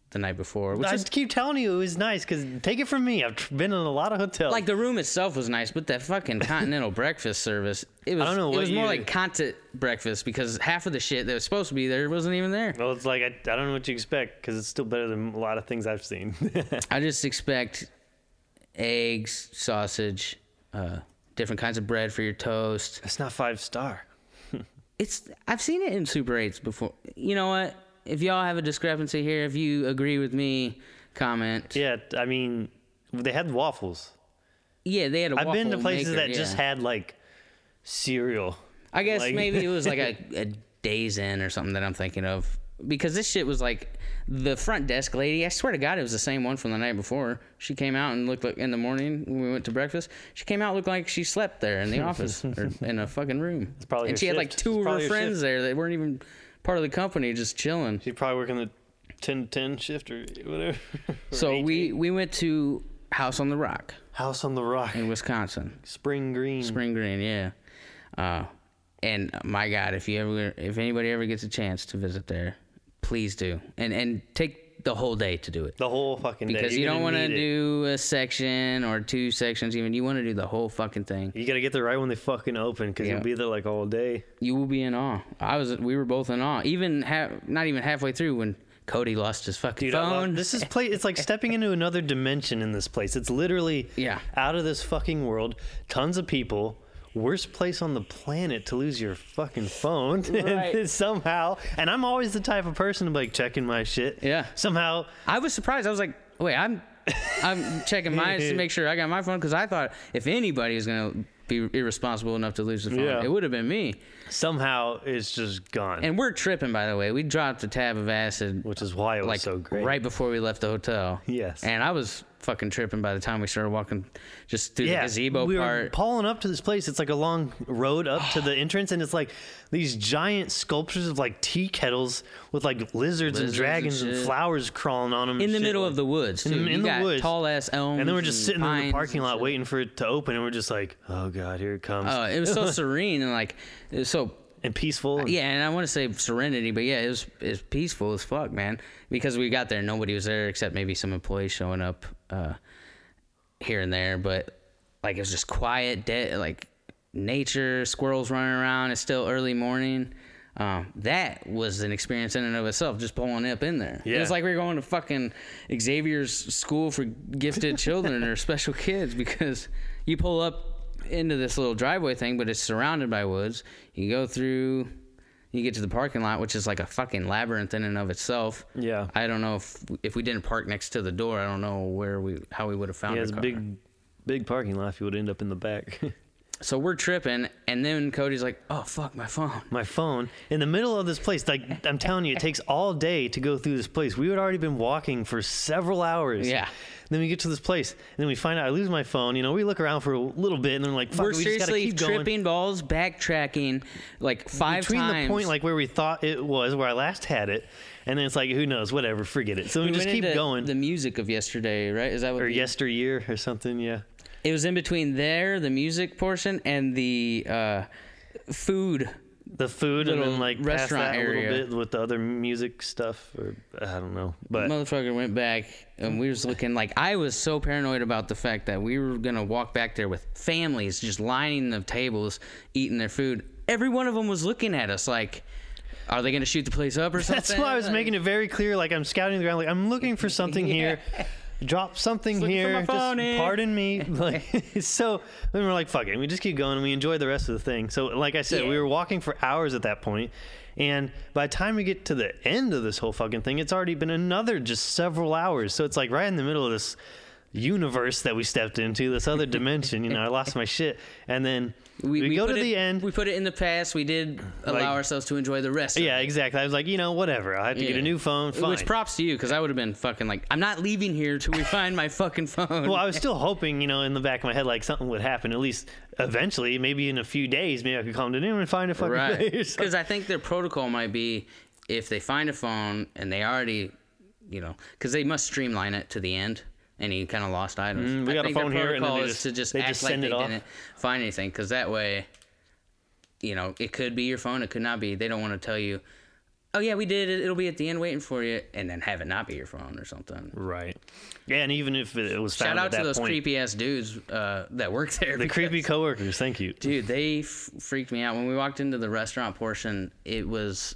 A: the night before, which
B: I
A: is
B: just keep telling you it was nice because take it from me, I've tr- been in a lot of hotels.
A: like the room itself was nice, but that fucking continental [laughs] breakfast service, it was
B: don't know
A: it
B: what
A: was more
B: you-
A: like content breakfast because half of the shit that was supposed to be there wasn't even there.
B: well, it's like I, I don't know what you expect because it's still better than a lot of things I've seen. [laughs]
A: I just expect eggs, sausage, uh, different kinds of bread for your toast.
B: it's not five star.
A: It's I've seen it in Super 8s before. You know what? If y'all have a discrepancy here, if you agree with me, comment.
B: Yeah, I mean, they had waffles.
A: Yeah, they had a
B: I've been to
A: waffle
B: places
A: maker,
B: that just
A: yeah.
B: had like cereal.
A: I guess
B: Like-
A: maybe it was like
B: [laughs]
A: a, a days in or something that I'm thinking of because this shit was like the front desk lady. I swear to God, it was the same one from the night before. She came out and looked like in the morning when we went to breakfast. She came out looked like she slept there
B: [laughs]
A: in the office or in a fucking room.
B: probably
A: and
B: her
A: she had like
B: shift.
A: two
B: It's
A: of her
B: probably her
A: friends
B: shift.
A: there that weren't even part of the company, just chilling.
B: You probably work in the 10 10 shift or whatever. [laughs]
A: So we we went to House on the Rock
B: House on the Rock,
A: in Wisconsin.
B: Spring Green.
A: Spring Green, yeah. Uh, and my God, if you ever, if anybody ever gets a chance to visit there, please do, and and take the whole day to do it
B: The whole fucking day.
A: because
B: You're
A: you don't
B: gonna
A: want to
B: need it.
A: do a section or two sections. Even you want to do the whole fucking thing.
B: You gotta get there right when they fucking open because
A: Yeah.
B: you'll be there like all day.
A: You will be in awe. I was, we were both in awe. Even ha- not even halfway through when Cody lost his fucking
B: Dude, I love-
A: phone.
B: this [laughs] is place. It's like stepping into another dimension in this place. It's literally
A: Yeah.
B: out of this fucking world. Tons of people. Worst place on the planet to lose your fucking phone [laughs]
A: Right.
B: And somehow. And I'm always the type of person to be like checking my shit.
A: Yeah.
B: Somehow
A: I was surprised. I was like, wait, I'm I'm checking mine to make sure I got my phone because I thought if anybody was gonna be irresponsible enough to lose the phone,
B: Yeah.
A: it would have been me.
B: somehow it's just gone.
A: And we're tripping, by the way. We dropped a tab of acid
B: which is why it was
A: like
B: so great.
A: right before we left the hotel.
B: Yes.
A: And I was fucking tripping by the time we started walking just through
B: yeah,
A: the gazebo
B: we were
A: part.
B: pulling up to this place. It's like a long road up
A: [sighs]
B: to the entrance, and it's like these giant sculptures of like tea kettles with like lizards,
A: Lizards
B: and
A: and
B: dragons and,
A: shit.
B: flowers crawling on them.
A: in the middle of the woods.
B: In the-
A: too. You
B: in the
A: got
B: woods.
A: Tall ass elms.
B: And then we're just sitting in the
A: pines
B: parking
A: and
B: lot
A: shit.
B: waiting for it to open, and we're just like, oh god, here it comes,
A: Uh, it was
B: [laughs]
A: so serene and like it was so
B: and peaceful. and-
A: Uh, yeah, and I want to say serenity, but yeah, it was it's peaceful as fuck, man. Because we got there, nobody was there except maybe some employees showing up uh, here and there, but like it was just quiet, dead, like nature, squirrels running around. It's still early morning. Um, that was an experience in and of itself, just pulling up in there. It
B: Yeah.
A: was like we were going to fucking Xavier's school for gifted children
B: [laughs]
A: or special kids because you pull up into this little driveway thing, but it's surrounded by woods. You go through, you get to the parking lot, which is like a fucking labyrinth in and of itself.
B: Yeah.
A: I don't know if if we didn't park next to the door, I don't know where we how we would have found
B: yeah,
A: our
B: it's a
A: car.
B: big, big parking lot. If you would end up in the back, [laughs]
A: So we're tripping, and then Cody's like, "Oh fuck, my phone."
B: my phone in the middle of this place. Like I'm telling you, it takes all day to go through this place. We had already been walking for several hours.
A: Yeah.
B: Then we get to this place, and then we find out I lose my phone. You know, we look around for a little bit, and then we're like, Fuck,
A: We're
B: we just gotta
A: seriously
B: keep going.
A: tripping balls, backtracking like five
B: Between
A: times.
B: the point like where we thought it was, where I last had it, and then it's like, who knows, whatever, forget it. So we,
A: We
B: just
A: went
B: keep
A: into
B: going.
A: The music of yesterday, right? Is that what?
B: or
A: the-
B: yesteryear or something, yeah.
A: It was in between there, the music portion, and the uh, food.
B: The food and
A: Little
B: then like
A: restaurant
B: past that
A: area.
B: a little bit with the other music stuff, or I don't know, but
A: Motherfucker went back, and we was looking like I was so paranoid about the fact that we were gonna walk back there with families just lining the tables, eating their food. Every one of them was looking at us like, "Are they gonna shoot the place up or something?"
B: that's why I was making it very clear. Like I'm scouting the ground, like I'm looking for
A: [laughs]
B: something here. Drop something
A: looking for
B: here.
A: my phone,
B: just
A: eh?
B: pardon
A: [laughs]
B: me. Like [laughs] so, then we're like, "Fuck it." We just keep going, and we enjoy the rest of the thing. So, like I said, we
A: Yeah.
B: were walking for hours at that point, and by the time we get to the end of this whole fucking thing, it's already been another just several hours. So it's like right in the middle of this universe that we stepped into,
A: [laughs]
B: this other dimension. You know, I lost my shit, and then we, go to
A: put it-
B: the end.
A: We put it in the past. We did allow
B: Like-
A: ourselves to enjoy the rest.
B: yeah,
A: of it.
B: exactly. I was like, you know, whatever. I have to get a
A: Yeah.
B: new phone. Fine.
A: Which props to you, because I would have been fucking like, I'm not leaving here till we find my fucking phone.
B: Well, I was still hoping, you know, in the back of my head, like something would happen. At least eventually, maybe in a few days, maybe I could calm down and find a
A: [laughs]
B: fucking
A: right?
B: [laughs] place.
A: Because I think their protocol might be if they find a phone and they already, you know, because they must streamline it to the end. Any kind of lost items.
B: Mm, we
A: I
B: got a
A: think their
B: phone here, and then
A: protocol
B: they
A: is
B: just-
A: to just
B: they
A: act
B: just
A: like
B: send
A: they
B: it off.
A: didn't find anything, because that way, you know, it could be your phone, it could not be. They don't want to tell you, oh yeah, we did it. It'll be at the end waiting for you, and then have it not be your phone or something.
B: Right. Yeah, and even if it was
A: Shout
B: found at
A: out
B: that
A: to those
B: point,
A: creepy ass dudes uh, that work there.
B: the creepy coworkers. Thank you.
A: dude they f- freaked me out when we walked into the restaurant portion it was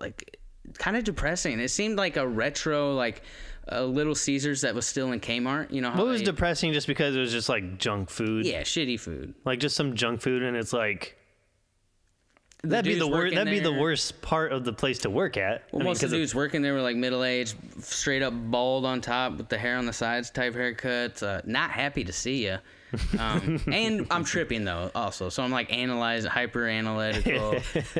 A: like kind of depressing it seemed like a retro like a little caesars that was still in kmart you know how
B: It was
A: they-
B: depressing just because it was just like junk food,
A: yeah shitty food
B: like just some junk food, and it's like. that'd be
A: dudes
B: the worst.
A: working
B: That'd be the
A: there-
B: worst part of the place to work at. I mean,
A: most of
B: 'cause
A: the
B: of-
A: dudes working there were like middle-aged straight up bald on top with the hair on the sides type haircuts uh, not happy to see you um, and i'm tripping though also so i'm like analyze hyper analytical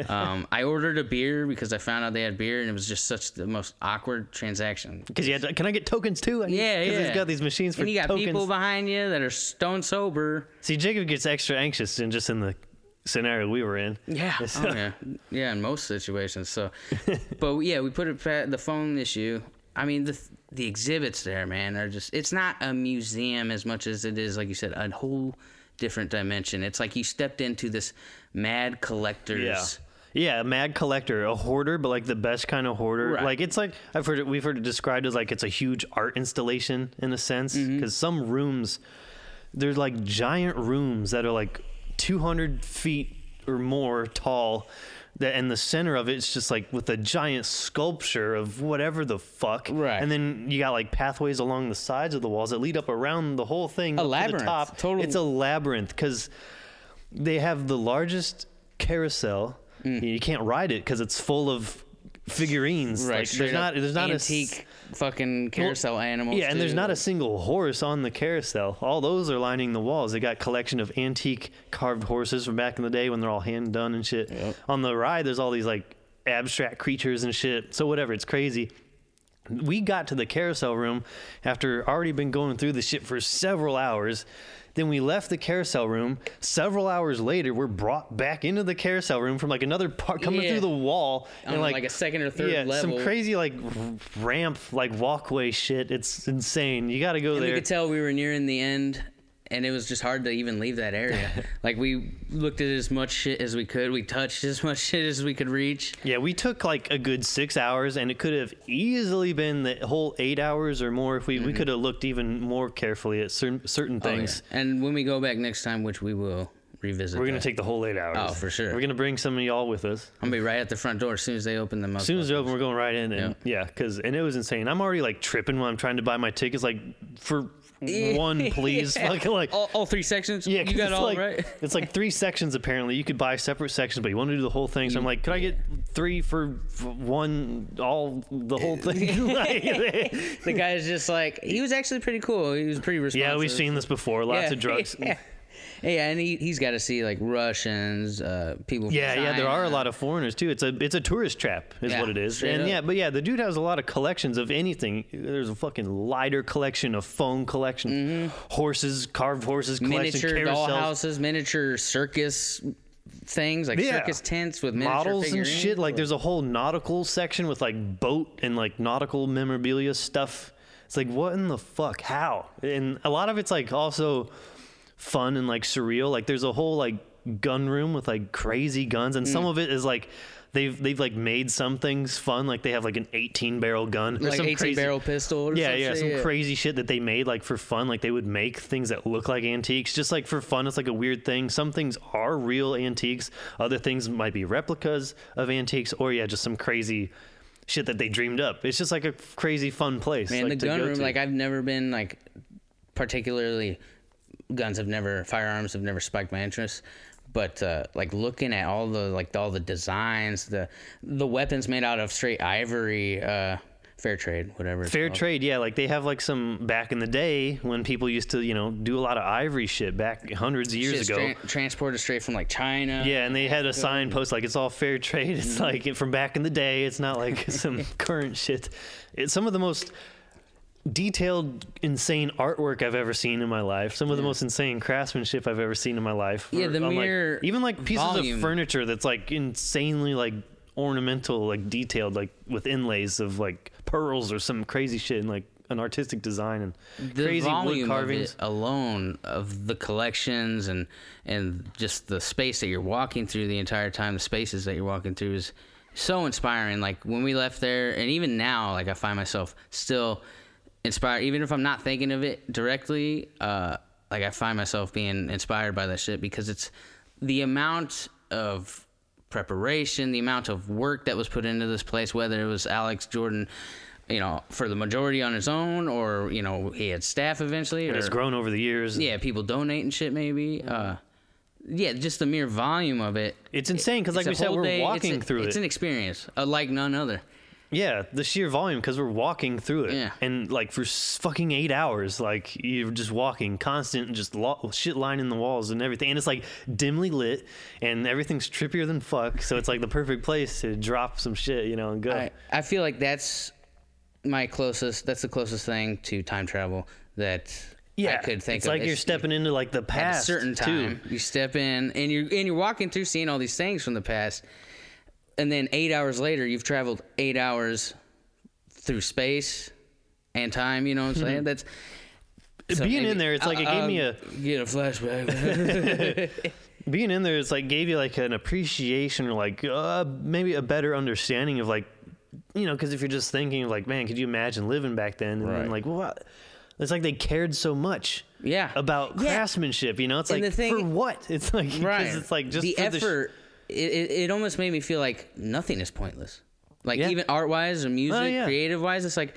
A: um, i ordered a beer because i found out they had beer and it was just such the most awkward transaction
B: Because you had to, can I get tokens too? I need-
A: yeah yeah
B: he's got these machines for
A: and you got
B: tokens.
A: people behind you that are stone sober
B: See, Jacob gets extra anxious and just in the scenario we were in.
A: Yeah. Oh,
B: [laughs]
A: yeah. Yeah, in most situations. So, but yeah, we put it pa- the phone issue. I mean, the the exhibits there, man, are just. It's not a museum as much as it is, like you said, a whole different dimension. It's like you stepped into this mad collector's.
B: Yeah. Yeah, a mad collector, a hoarder, but like the best kind of hoarder.
A: Right.
B: Like it's like I've heard it, we've heard it described as like it's a huge art installation in a sense
A: Mm-hmm.
B: because some rooms, they're like giant rooms that are like 200 feet or more tall, that and the center of it's just like with a giant sculpture of whatever the fuck.
A: Right.
B: And then you got like pathways along the sides of the walls that lead up around the whole thing. up to the
A: labyrinth.
B: top.
A: Total-
B: It's a labyrinth because they have the largest carousel.
A: Mm-hmm.
B: You can't ride it because it's full of figurines.
A: Right.
B: Like,
A: straight
B: there's not
A: up
B: there's not a
A: antique
B: s-
A: fucking carousel animals.
B: yeah, and there's
A: too.
B: not a single horse on the carousel. All those are lining the walls. They got collection of antique carved horses from back in the day when they're all hand done and shit. On the ride, there's all these like abstract creatures and shit. So whatever, it's crazy. We got to the carousel room after already been going through the shit for several hours. Then we left the carousel room. Several hours later, we're brought back into the carousel room from like another part coming
A: Yeah.
B: through the wall
A: On, like, a second or third
B: yeah,
A: level.
B: some crazy like r- ramp, like walkway shit. It's insane. You got to go
A: And
B: there.
A: we could tell we were nearing the end, and it was just hard to even leave that
B: [laughs]
A: area. like we looked at as much shit as we could. We touched as much [laughs] shit as we could reach.
B: Yeah, we took like a good six hours, and it could have easily been the whole eight hours or more if we, we could have looked even more carefully at certain certain
A: Mm-hmm. Oh, yeah.
B: things.
A: And when we go back next time, which we will revisit,
B: We're gonna
A: that.
B: take the whole eight hours.
A: Oh, for sure.
B: We're gonna bring some of y'all with us.
A: I'm gonna be right at the front door as soon as they open them up.
B: As soon as they're open, we're going right in, and yeah, because and it was insane. I'm already like tripping when I'm trying to buy my tickets, like
A: [laughs]
B: for one, please, [laughs]
A: Yeah.
B: fucking like.
A: all, all three sections.
B: Yeah, 'cause
A: you got
B: it's
A: all right. [laughs]
B: like, [laughs] it's like three sections apparently. You could buy separate sections, but you want to do the whole thing. So I'm like, could I get three for for one, all
A: [laughs]
B: the whole thing? [laughs] Like,
A: The guy's just like he was actually pretty cool. He was pretty responsive.
B: Yeah, we've seen this before. Lots of drugs.
A: [laughs] Yeah, Yeah, and he he's got to see like Russians, uh, people. from
B: Yeah, yeah, there are a
A: China.
B: lot of foreigners too. It's a it's a tourist trap, is
A: Yeah,
B: what it is.
A: straight
B: And
A: up.
B: yeah, but yeah, the dude has a lot of collections of anything. There's a fucking lighter collection, a phone collection, horses, carved horses collection,
A: Mm-hmm. miniature
B: carousels,
A: dollhouses, miniature circus things like
B: Yeah.
A: circus tents with miniature
B: models and
A: figurines.
B: shit. Like there's a whole nautical section with like boat and like nautical memorabilia stuff. It's like what in the fuck? How? And a lot of it's like also fun and like surreal. Like there's a whole like gun room with like crazy guns, and
A: Mm.
B: some of it is like. They've, they've like made some things fun like they have like an 18 barrel gun or
A: like
B: some
A: 18
B: crazy
A: barrel pistol. Or
B: yeah
A: some
B: yeah
A: shit,
B: some crazy shit that they made like for fun like they would make things that look like antiques just like for fun it's like a weird thing some things are real antiques other things might be replicas of antiques or yeah just some crazy shit that they dreamed up it's just like a crazy fun place
A: Man,
B: like,
A: the
B: to
A: gun
B: go
A: room.
B: to.
A: Like I've never been like particularly guns have never firearms have never spiked my interest. But uh, like looking at all the like all the designs, the the weapons made out of straight ivory, uh, fair trade, whatever. it's
B: Fair
A: called.
B: trade, yeah. Like they have like some back in the day when people used to, you know, do a lot of ivory shit back hundreds of years
A: Shit's
B: ago.
A: tran- transported straight from like China.
B: Yeah, and they had a sign post like it's all fair trade. It's
A: Mm-hmm.
B: like from back in the day. It's not
A: [laughs]
B: like some current shit. It's some of the most detailed, insane artwork I've ever seen in my life. Some of the most insane craftsmanship I've ever seen in my life.
A: Yeah,
B: Or
A: the
B: on, like-
A: mere
B: even like pieces
A: volume.
B: of furniture that's like insanely like ornamental, like detailed, like with inlays of like pearls or some crazy shit and like an artistic design and
A: the
B: crazy
A: volume
B: wood carvings.
A: of it alone of the collections and and just the space that you're walking through the entire time the spaces that you're walking through is so inspiring like when we left there and even now like i find myself still inspired even if i'm not thinking of it directly uh like i find myself being inspired by that shit because it's the amount of preparation, the amount of work that was put into this place, whether it was Alex Jordan, you know, for the majority on his own, or you know, he had staff eventually,
B: And
A: or
B: it's grown over the years.
A: yeah, people donate and shit maybe. Uh, yeah, just the mere volume of it.
B: It's insane because, like
A: It's a
B: we said,
A: whole
B: we're
A: day, it's
B: walking
A: a-
B: through it.
A: It's an experience uh, like none other.
B: Yeah, the sheer volume because we're walking through it,
A: Yeah.
B: and like for s- fucking eight hours, like you're just walking constant, and just lo- shit lining the walls and everything, and it's like dimly lit, and everything's trippier than fuck. So it's like the perfect place to drop some shit, you know, and go.
A: I, I feel like that's my closest. That's the closest thing to time travel that I could think
B: it's
A: of.
B: like you're stepping into like the
A: at a
B: past,
A: certain time you step in and you're and you're walking through seeing all these things from the past and then eight hours later you've traveled eight hours through space and time you know what i'm saying that's
B: too. Being in there, it's like it gave me
A: um,
B: a
A: get a flashback
B: being in there it's like gave you like an appreciation or like uh, maybe a better understanding of like you know because if you're just thinking of like man could you imagine living back then and
A: Right.
B: then like what it's like they cared so much
A: Yeah.
B: about
A: Yeah.
B: craftsmanship you know it's
A: And
B: like
A: the thing-
B: for what it's like 'cause
A: right
B: it's like just
A: the
B: for sh-
A: effort it, it, it almost made me feel like nothing is pointless like
B: Yeah. Oh,
A: even art wise or music
B: yeah.
A: creative wise it's like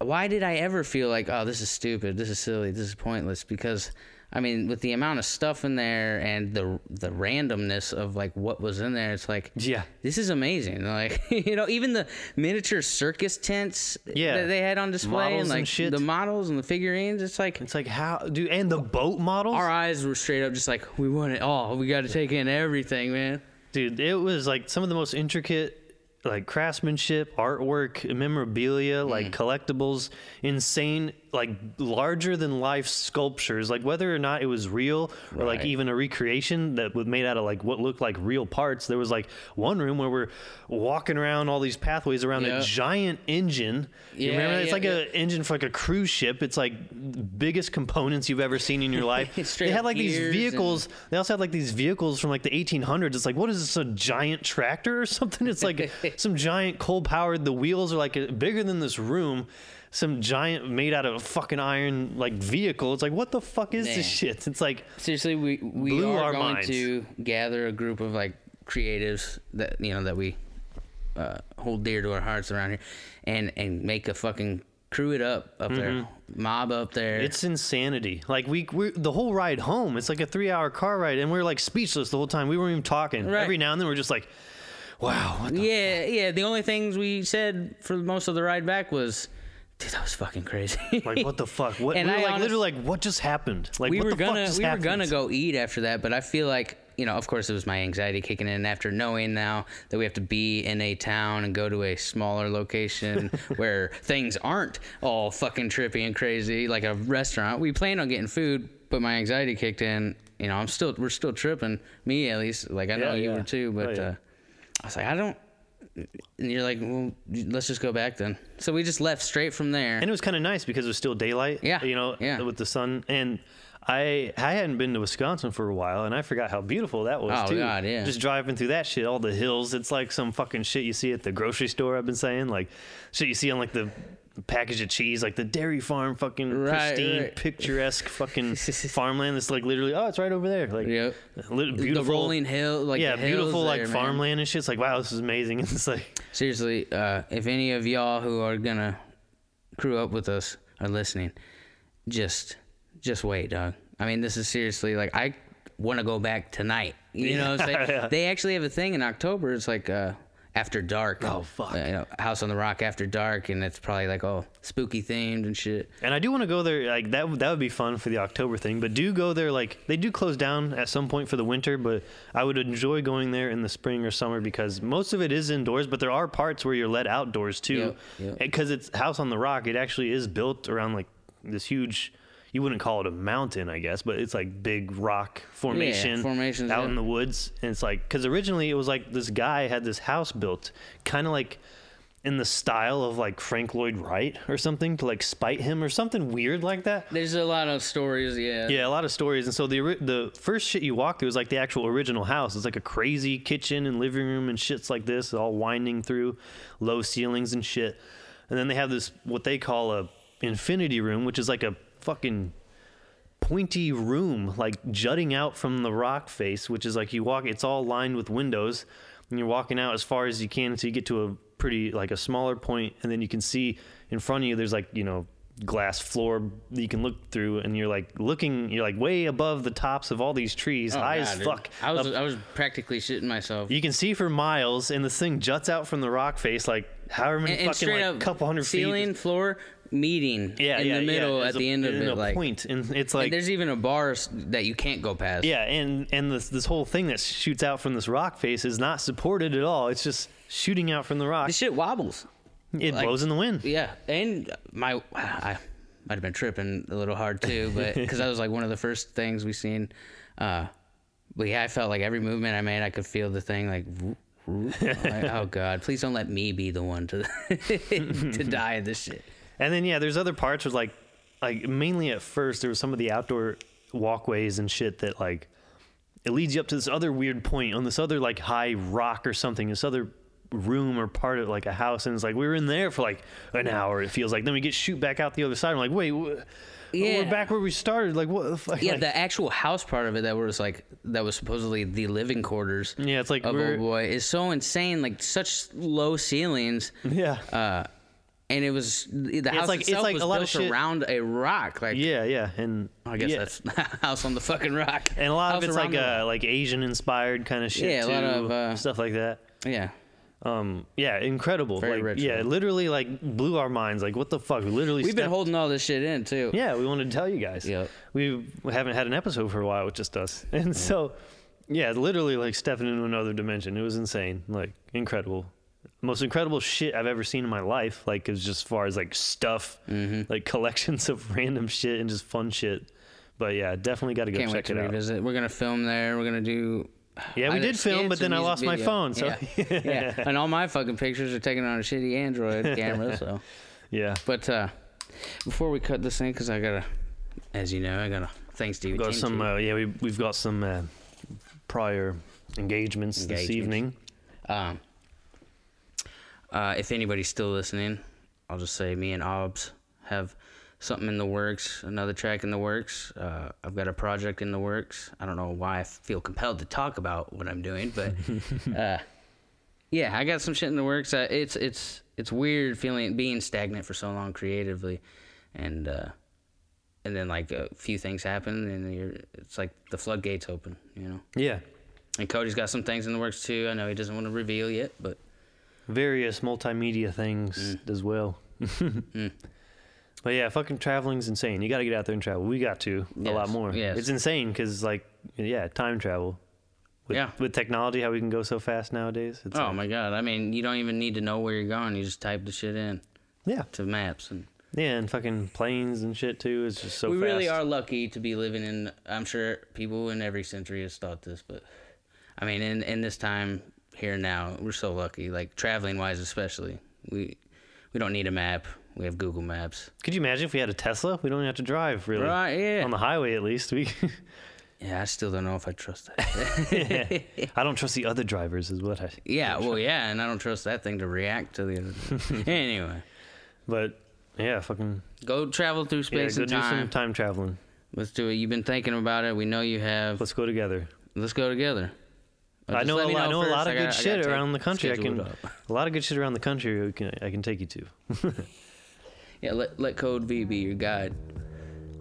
A: why did i ever feel like oh this is stupid this is silly this is pointless because i mean with the amount of stuff in there and the the randomness of like what was in there it's like
B: Yeah.
A: this is amazing [laughs] like you know even the miniature circus tents
B: Yeah.
A: that they had on display
B: Models
A: and
B: and
A: like
B: shit.
A: the models and the figurines it's like
B: it's like how dude and the boat models
A: our eyes were straight up just like we want it all we got to take in everything man
B: dude it was like some of the most intricate like craftsmanship, artwork, memorabilia, like
A: Hmm.
B: collectibles, insane, like larger than life sculptures. Like whether or not it was real or like
A: Right.
B: even a recreation that was made out of like what looked like real parts. There was like one room where we're walking around all these pathways around
A: Yeah.
B: a giant engine. you
A: Yeah,
B: remember that? It's
A: yeah,
B: like a engine for like a cruise ship. It's like the biggest components you've ever seen in
A: [laughs]
B: your life. they
A: Straight
B: had
A: up
B: like these
A: gears and-
B: vehicles they also had like these vehicles from like the 1800s. It's like, what is this, a giant tractor or something?
A: [laughs]
B: It's like some giant coal powered. The wheels are like uh, bigger than this room. Some giant made out of fucking iron like vehicle. It's like, what the fuck is
A: Man.
B: this shit? It's like,
A: Seriously, we we
B: Blew
A: are
B: our
A: going
B: minds.
A: to gather a group of like creatives that you know that we uh, hold dear to our hearts around here, and and make a fucking crew it up up there, mob up there.
B: Mm-hmm. it's insanity. Like we, we, the whole ride home. It's like a three-hour car ride, and we are like speechless the whole time. We weren't even talking.
A: Right.
B: Every now and then, we're just like, wow, what the
A: yeah, yeah. The only things we said for most of the ride back was, dude, that was fucking crazy.
B: like what the fuck?
A: [laughs]
B: What?
A: And
B: we were
A: I
B: like
A: honest-
B: literally like, what just happened? Like
A: we
B: what
A: were
B: the fuck
A: gonna
B: just
A: we
B: happened?
A: were gonna go eat after that, but I feel like you know, of course, it was my anxiety kicking in after knowing now that we have to be in a town and go to a smaller
B: [laughs]
A: location where things aren't all fucking trippy and crazy like a restaurant. We planned on getting food, but my anxiety kicked in. You know, I'm still we're still tripping. Me at least, like I know
B: Yeah,
A: you
B: yeah.
A: were too, but
B: Oh, yeah.
A: uh, I was like, I don't. And you're like, well, let's just go back then. So we just left straight from there.
B: and it was kind of nice because it was still daylight.
A: Yeah,
B: you know,
A: yeah.
B: with the sun. And I I hadn't been to Wisconsin for a while, and I forgot how beautiful that was.
A: Oh,
B: too.
A: God, yeah.
B: Just driving through that shit, all the hills. It's like some fucking shit you see at the grocery store. I've been saying like shit you see on like the package of cheese, like the Dairy Farm, fucking
A: Right,
B: pristine,
A: right. [laughs]
B: picturesque fucking farmland. That's like literally, oh, it's right over there. Like
A: Yep.
B: lit- beautiful.
A: the rolling hill, like
B: yeah,
A: the hills
B: beautiful like
A: there, man.
B: farmland and shit. It's like wow, this is amazing. [laughs] It's like
A: Seriously, uh, if any of y'all who are gonna crew up with us are listening, just just wait, dog. I mean, this is seriously like I want to go back tonight. You know, what I'm saying?
B: [laughs] Yeah.
A: they actually have a thing in October. It's like uh, after dark.
B: Oh, fuck.
A: Uh, you know, House on the Rock after dark, and it's probably like all spooky themed and shit.
B: And I do want to go there. Like that, that would be fun for the October thing. But do go there. Like they do close down at some point for the winter. But I would enjoy going there in the spring or summer because most of it is indoors. But there are parts where you're let outdoors too.
A: Yep, yep.
B: Because it's House on the Rock. It actually is built around like this huge. You wouldn't call it a mountain, I guess, but it's like big rock formation
A: formations,
B: out
A: yeah.
B: in the woods. And it's like because originally it was like this guy had this house built, kind of like in the style of like Frank Lloyd Wright or something to like spite him or something weird like that.
A: There's a lot of stories. Yeah.
B: Yeah, a lot of stories. And so the ori- the first shit you walk through is like the actual original house. It's like a crazy kitchen and living room and shits like this, all winding through low ceilings and shit. And then they have this what they call a infinity room, which is like a fucking pointy room like jutting out from the rock face, which is like you walk. It's all lined with windows, and you're walking out as far as you can until you get to a pretty like a smaller point, and then you can see in front of you. There's like you know glass floor that you can look through, and you're like looking. You're like way above the tops of all these trees,
A: Oh,
B: high
A: God,
B: as
A: dude.
B: fuck.
A: I was
B: up
A: I was practically shitting myself.
B: you can see for miles, and this thing juts out from the rock face like however many
A: and, and
B: fucking
A: straight
B: like
A: up
B: couple hundred
A: ceiling
B: feet.
A: floor meeting
B: Yeah,
A: in
B: yeah,
A: the middle
B: yeah.
A: at
B: It's
A: the
B: a-
A: end of
B: in
A: it
B: a
A: like
B: point, and it's like
A: there's even a bar s- that you can't go past
B: Yeah, and and this this whole thing that shoots out from this rock face is not supported at all. It's just shooting out from the rock.
A: this shit wobbles
B: It
A: like-
B: blows in the wind.
A: yeah and my ah, i might have been tripping a little hard too but because that was like one of the first things we seen uh but yeah i felt like every movement i made i could feel the thing like, whoop, whoop. I'm like, oh god please don't let me be the one to [laughs] to die of this shit
B: And then yeah, there's other parts where like like mainly at first there was some of the outdoor walkways and shit that like it leads you up to this other weird point on this other like high rock or something, this other room or part of like a house, and it's like we were in there for like an hour. It feels like then we get shoot back out the other side. I'm like, wait, wh- oh, we're
A: Yeah.
B: back where we started. Like what? The fuck?
A: Yeah,
B: Like-
A: the actual house part of it that was like that was supposedly the living quarters.
B: Yeah, it's like
A: of
B: we're-
A: old boy is so insane, like such low ceilings,
B: [laughs] yeah.
A: uh, and it was the house
B: like- it's
A: itself
B: like
A: was
B: a lot of
A: built
B: shit-
A: around a rock. Like
B: yeah, yeah, and
A: I guess
B: yeah.
A: that's [laughs] house on the fucking rock.
B: And a lot of
A: House
B: it's
A: around
B: like
A: the
B: uh, like Asian inspired kind of shit
A: Yeah, a
B: too,
A: lot of, uh,
B: stuff like that.
A: rock. yeah.
B: Um, yeah, incredible.
A: Very
B: like,
A: retro.
B: Yeah, literally like blew our minds. Like, what the fuck? We literally
A: We've been
B: stepped-
A: holding all this shit in too.
B: Yeah, we wanted to tell you guys.
A: Yep.
B: we we haven't had an episode for a while with just us, [laughs] and so yeah, literally like stepping into another dimension. It was insane, like incredible. most incredible shit I've ever seen in my life. Like as just far as like stuff,
A: Mm-hmm.
B: like collections [laughs] of random shit and just fun shit. But yeah, definitely got to go
A: Can't wait
B: check
A: to
B: it out.
A: revisit. We're gonna film there. We're gonna do.
B: [sighs] Yeah, we
A: either
B: did film,
A: skits
B: but
A: or
B: then I
A: music
B: lost my
A: video.
B: phone, so- [laughs]
A: yeah. yeah, and all my fucking pictures are taken on a shitty Android camera. So,
B: Yeah,
A: but uh, before we cut this thing, because I gotta, as you know, I gotta thanks to you.
B: we've got some. Uh, yeah, we we've got some uh, prior engagements, this
A: Engagements.
B: evening.
A: Um, uh, if anybody's still listening, I'll just say me and Obs have something in the works, another track in the works. Uh, I've got a project in the works. I don't know why I feel compelled to talk about what I'm doing, but uh, yeah, I got some shit in the works. Uh, it's it's it's weird feeling being stagnant for so long creatively, and uh, and then like a few things happen, and you're it's like the floodgates open, you know.
B: Yeah,
A: And Cody's got some things in the works too. I know he doesn't want to reveal yet, but
B: various multimedia things
A: Mm.
B: as well. [laughs] But yeah, fucking traveling's insane. You got to get out there and travel. We got to a lot
A: Yes,
B: more.
A: yes.
B: It's insane because like yeah, time travel. With,
A: Yeah.
B: With technology, how we can go so fast nowadays. It's
A: oh
B: like-
A: my god! I mean, you don't even need to know where you're going. You just type the shit in
B: Yeah.
A: to maps, and
B: Yeah, and fucking planes and shit too. It's just so
A: we
B: fast.
A: really are lucky to be living in. I'm sure people in every century has thought this, but I mean, in in this time here now, we're so lucky. Like traveling wise, especially, we we don't need a map. We have Google Maps.
B: Could you imagine if we had a Tesla? We don't even have to drive really.
A: Right, yeah.
B: On the highway at least.
A: [laughs]
B: We [laughs]
A: Yeah, I still don't know if I trust that. [laughs]
B: I don't trust the other drivers is what I
A: yeah, well, yeah, and I don't trust that thing to react to the other. thing. [laughs] anyway,
B: But yeah, fucking
A: go travel through
B: yeah,
A: space
B: go
A: and
B: do
A: time.
B: some time traveling.
A: Let's do it. You've been thinking about it. We know you have. Let's,
B: Let's go together.
A: go together. Or
B: I
A: Uh, just
B: know,
A: let
B: a
A: me
B: lot, I know a
A: first.
B: lot of
A: gotta-
B: good
A: I
B: shit
A: gotta
B: around the
A: take-
B: country. I
A: schedule
B: can
A: it up.
B: a lot of good shit around the country. I can I can take you to.
A: Yeah, let, let Code V be your guide,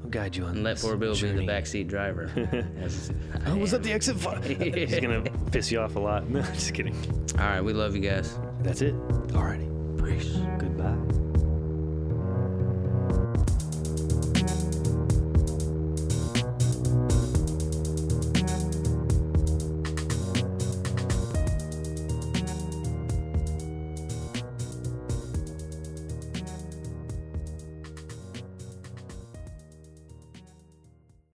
B: I'll guide you on.
A: and let
B: this
A: poor Bill be
B: journey.
A: the backseat
B: [laughs]
A: driver. [laughs] As I
B: I was
A: am.
B: at the exit.
A: [laughs]
B: fi- He's gonna piss you off a lot. [laughs] No, just kidding.
A: All right, we love you guys.
B: That's it. Alrighty.
A: Peace.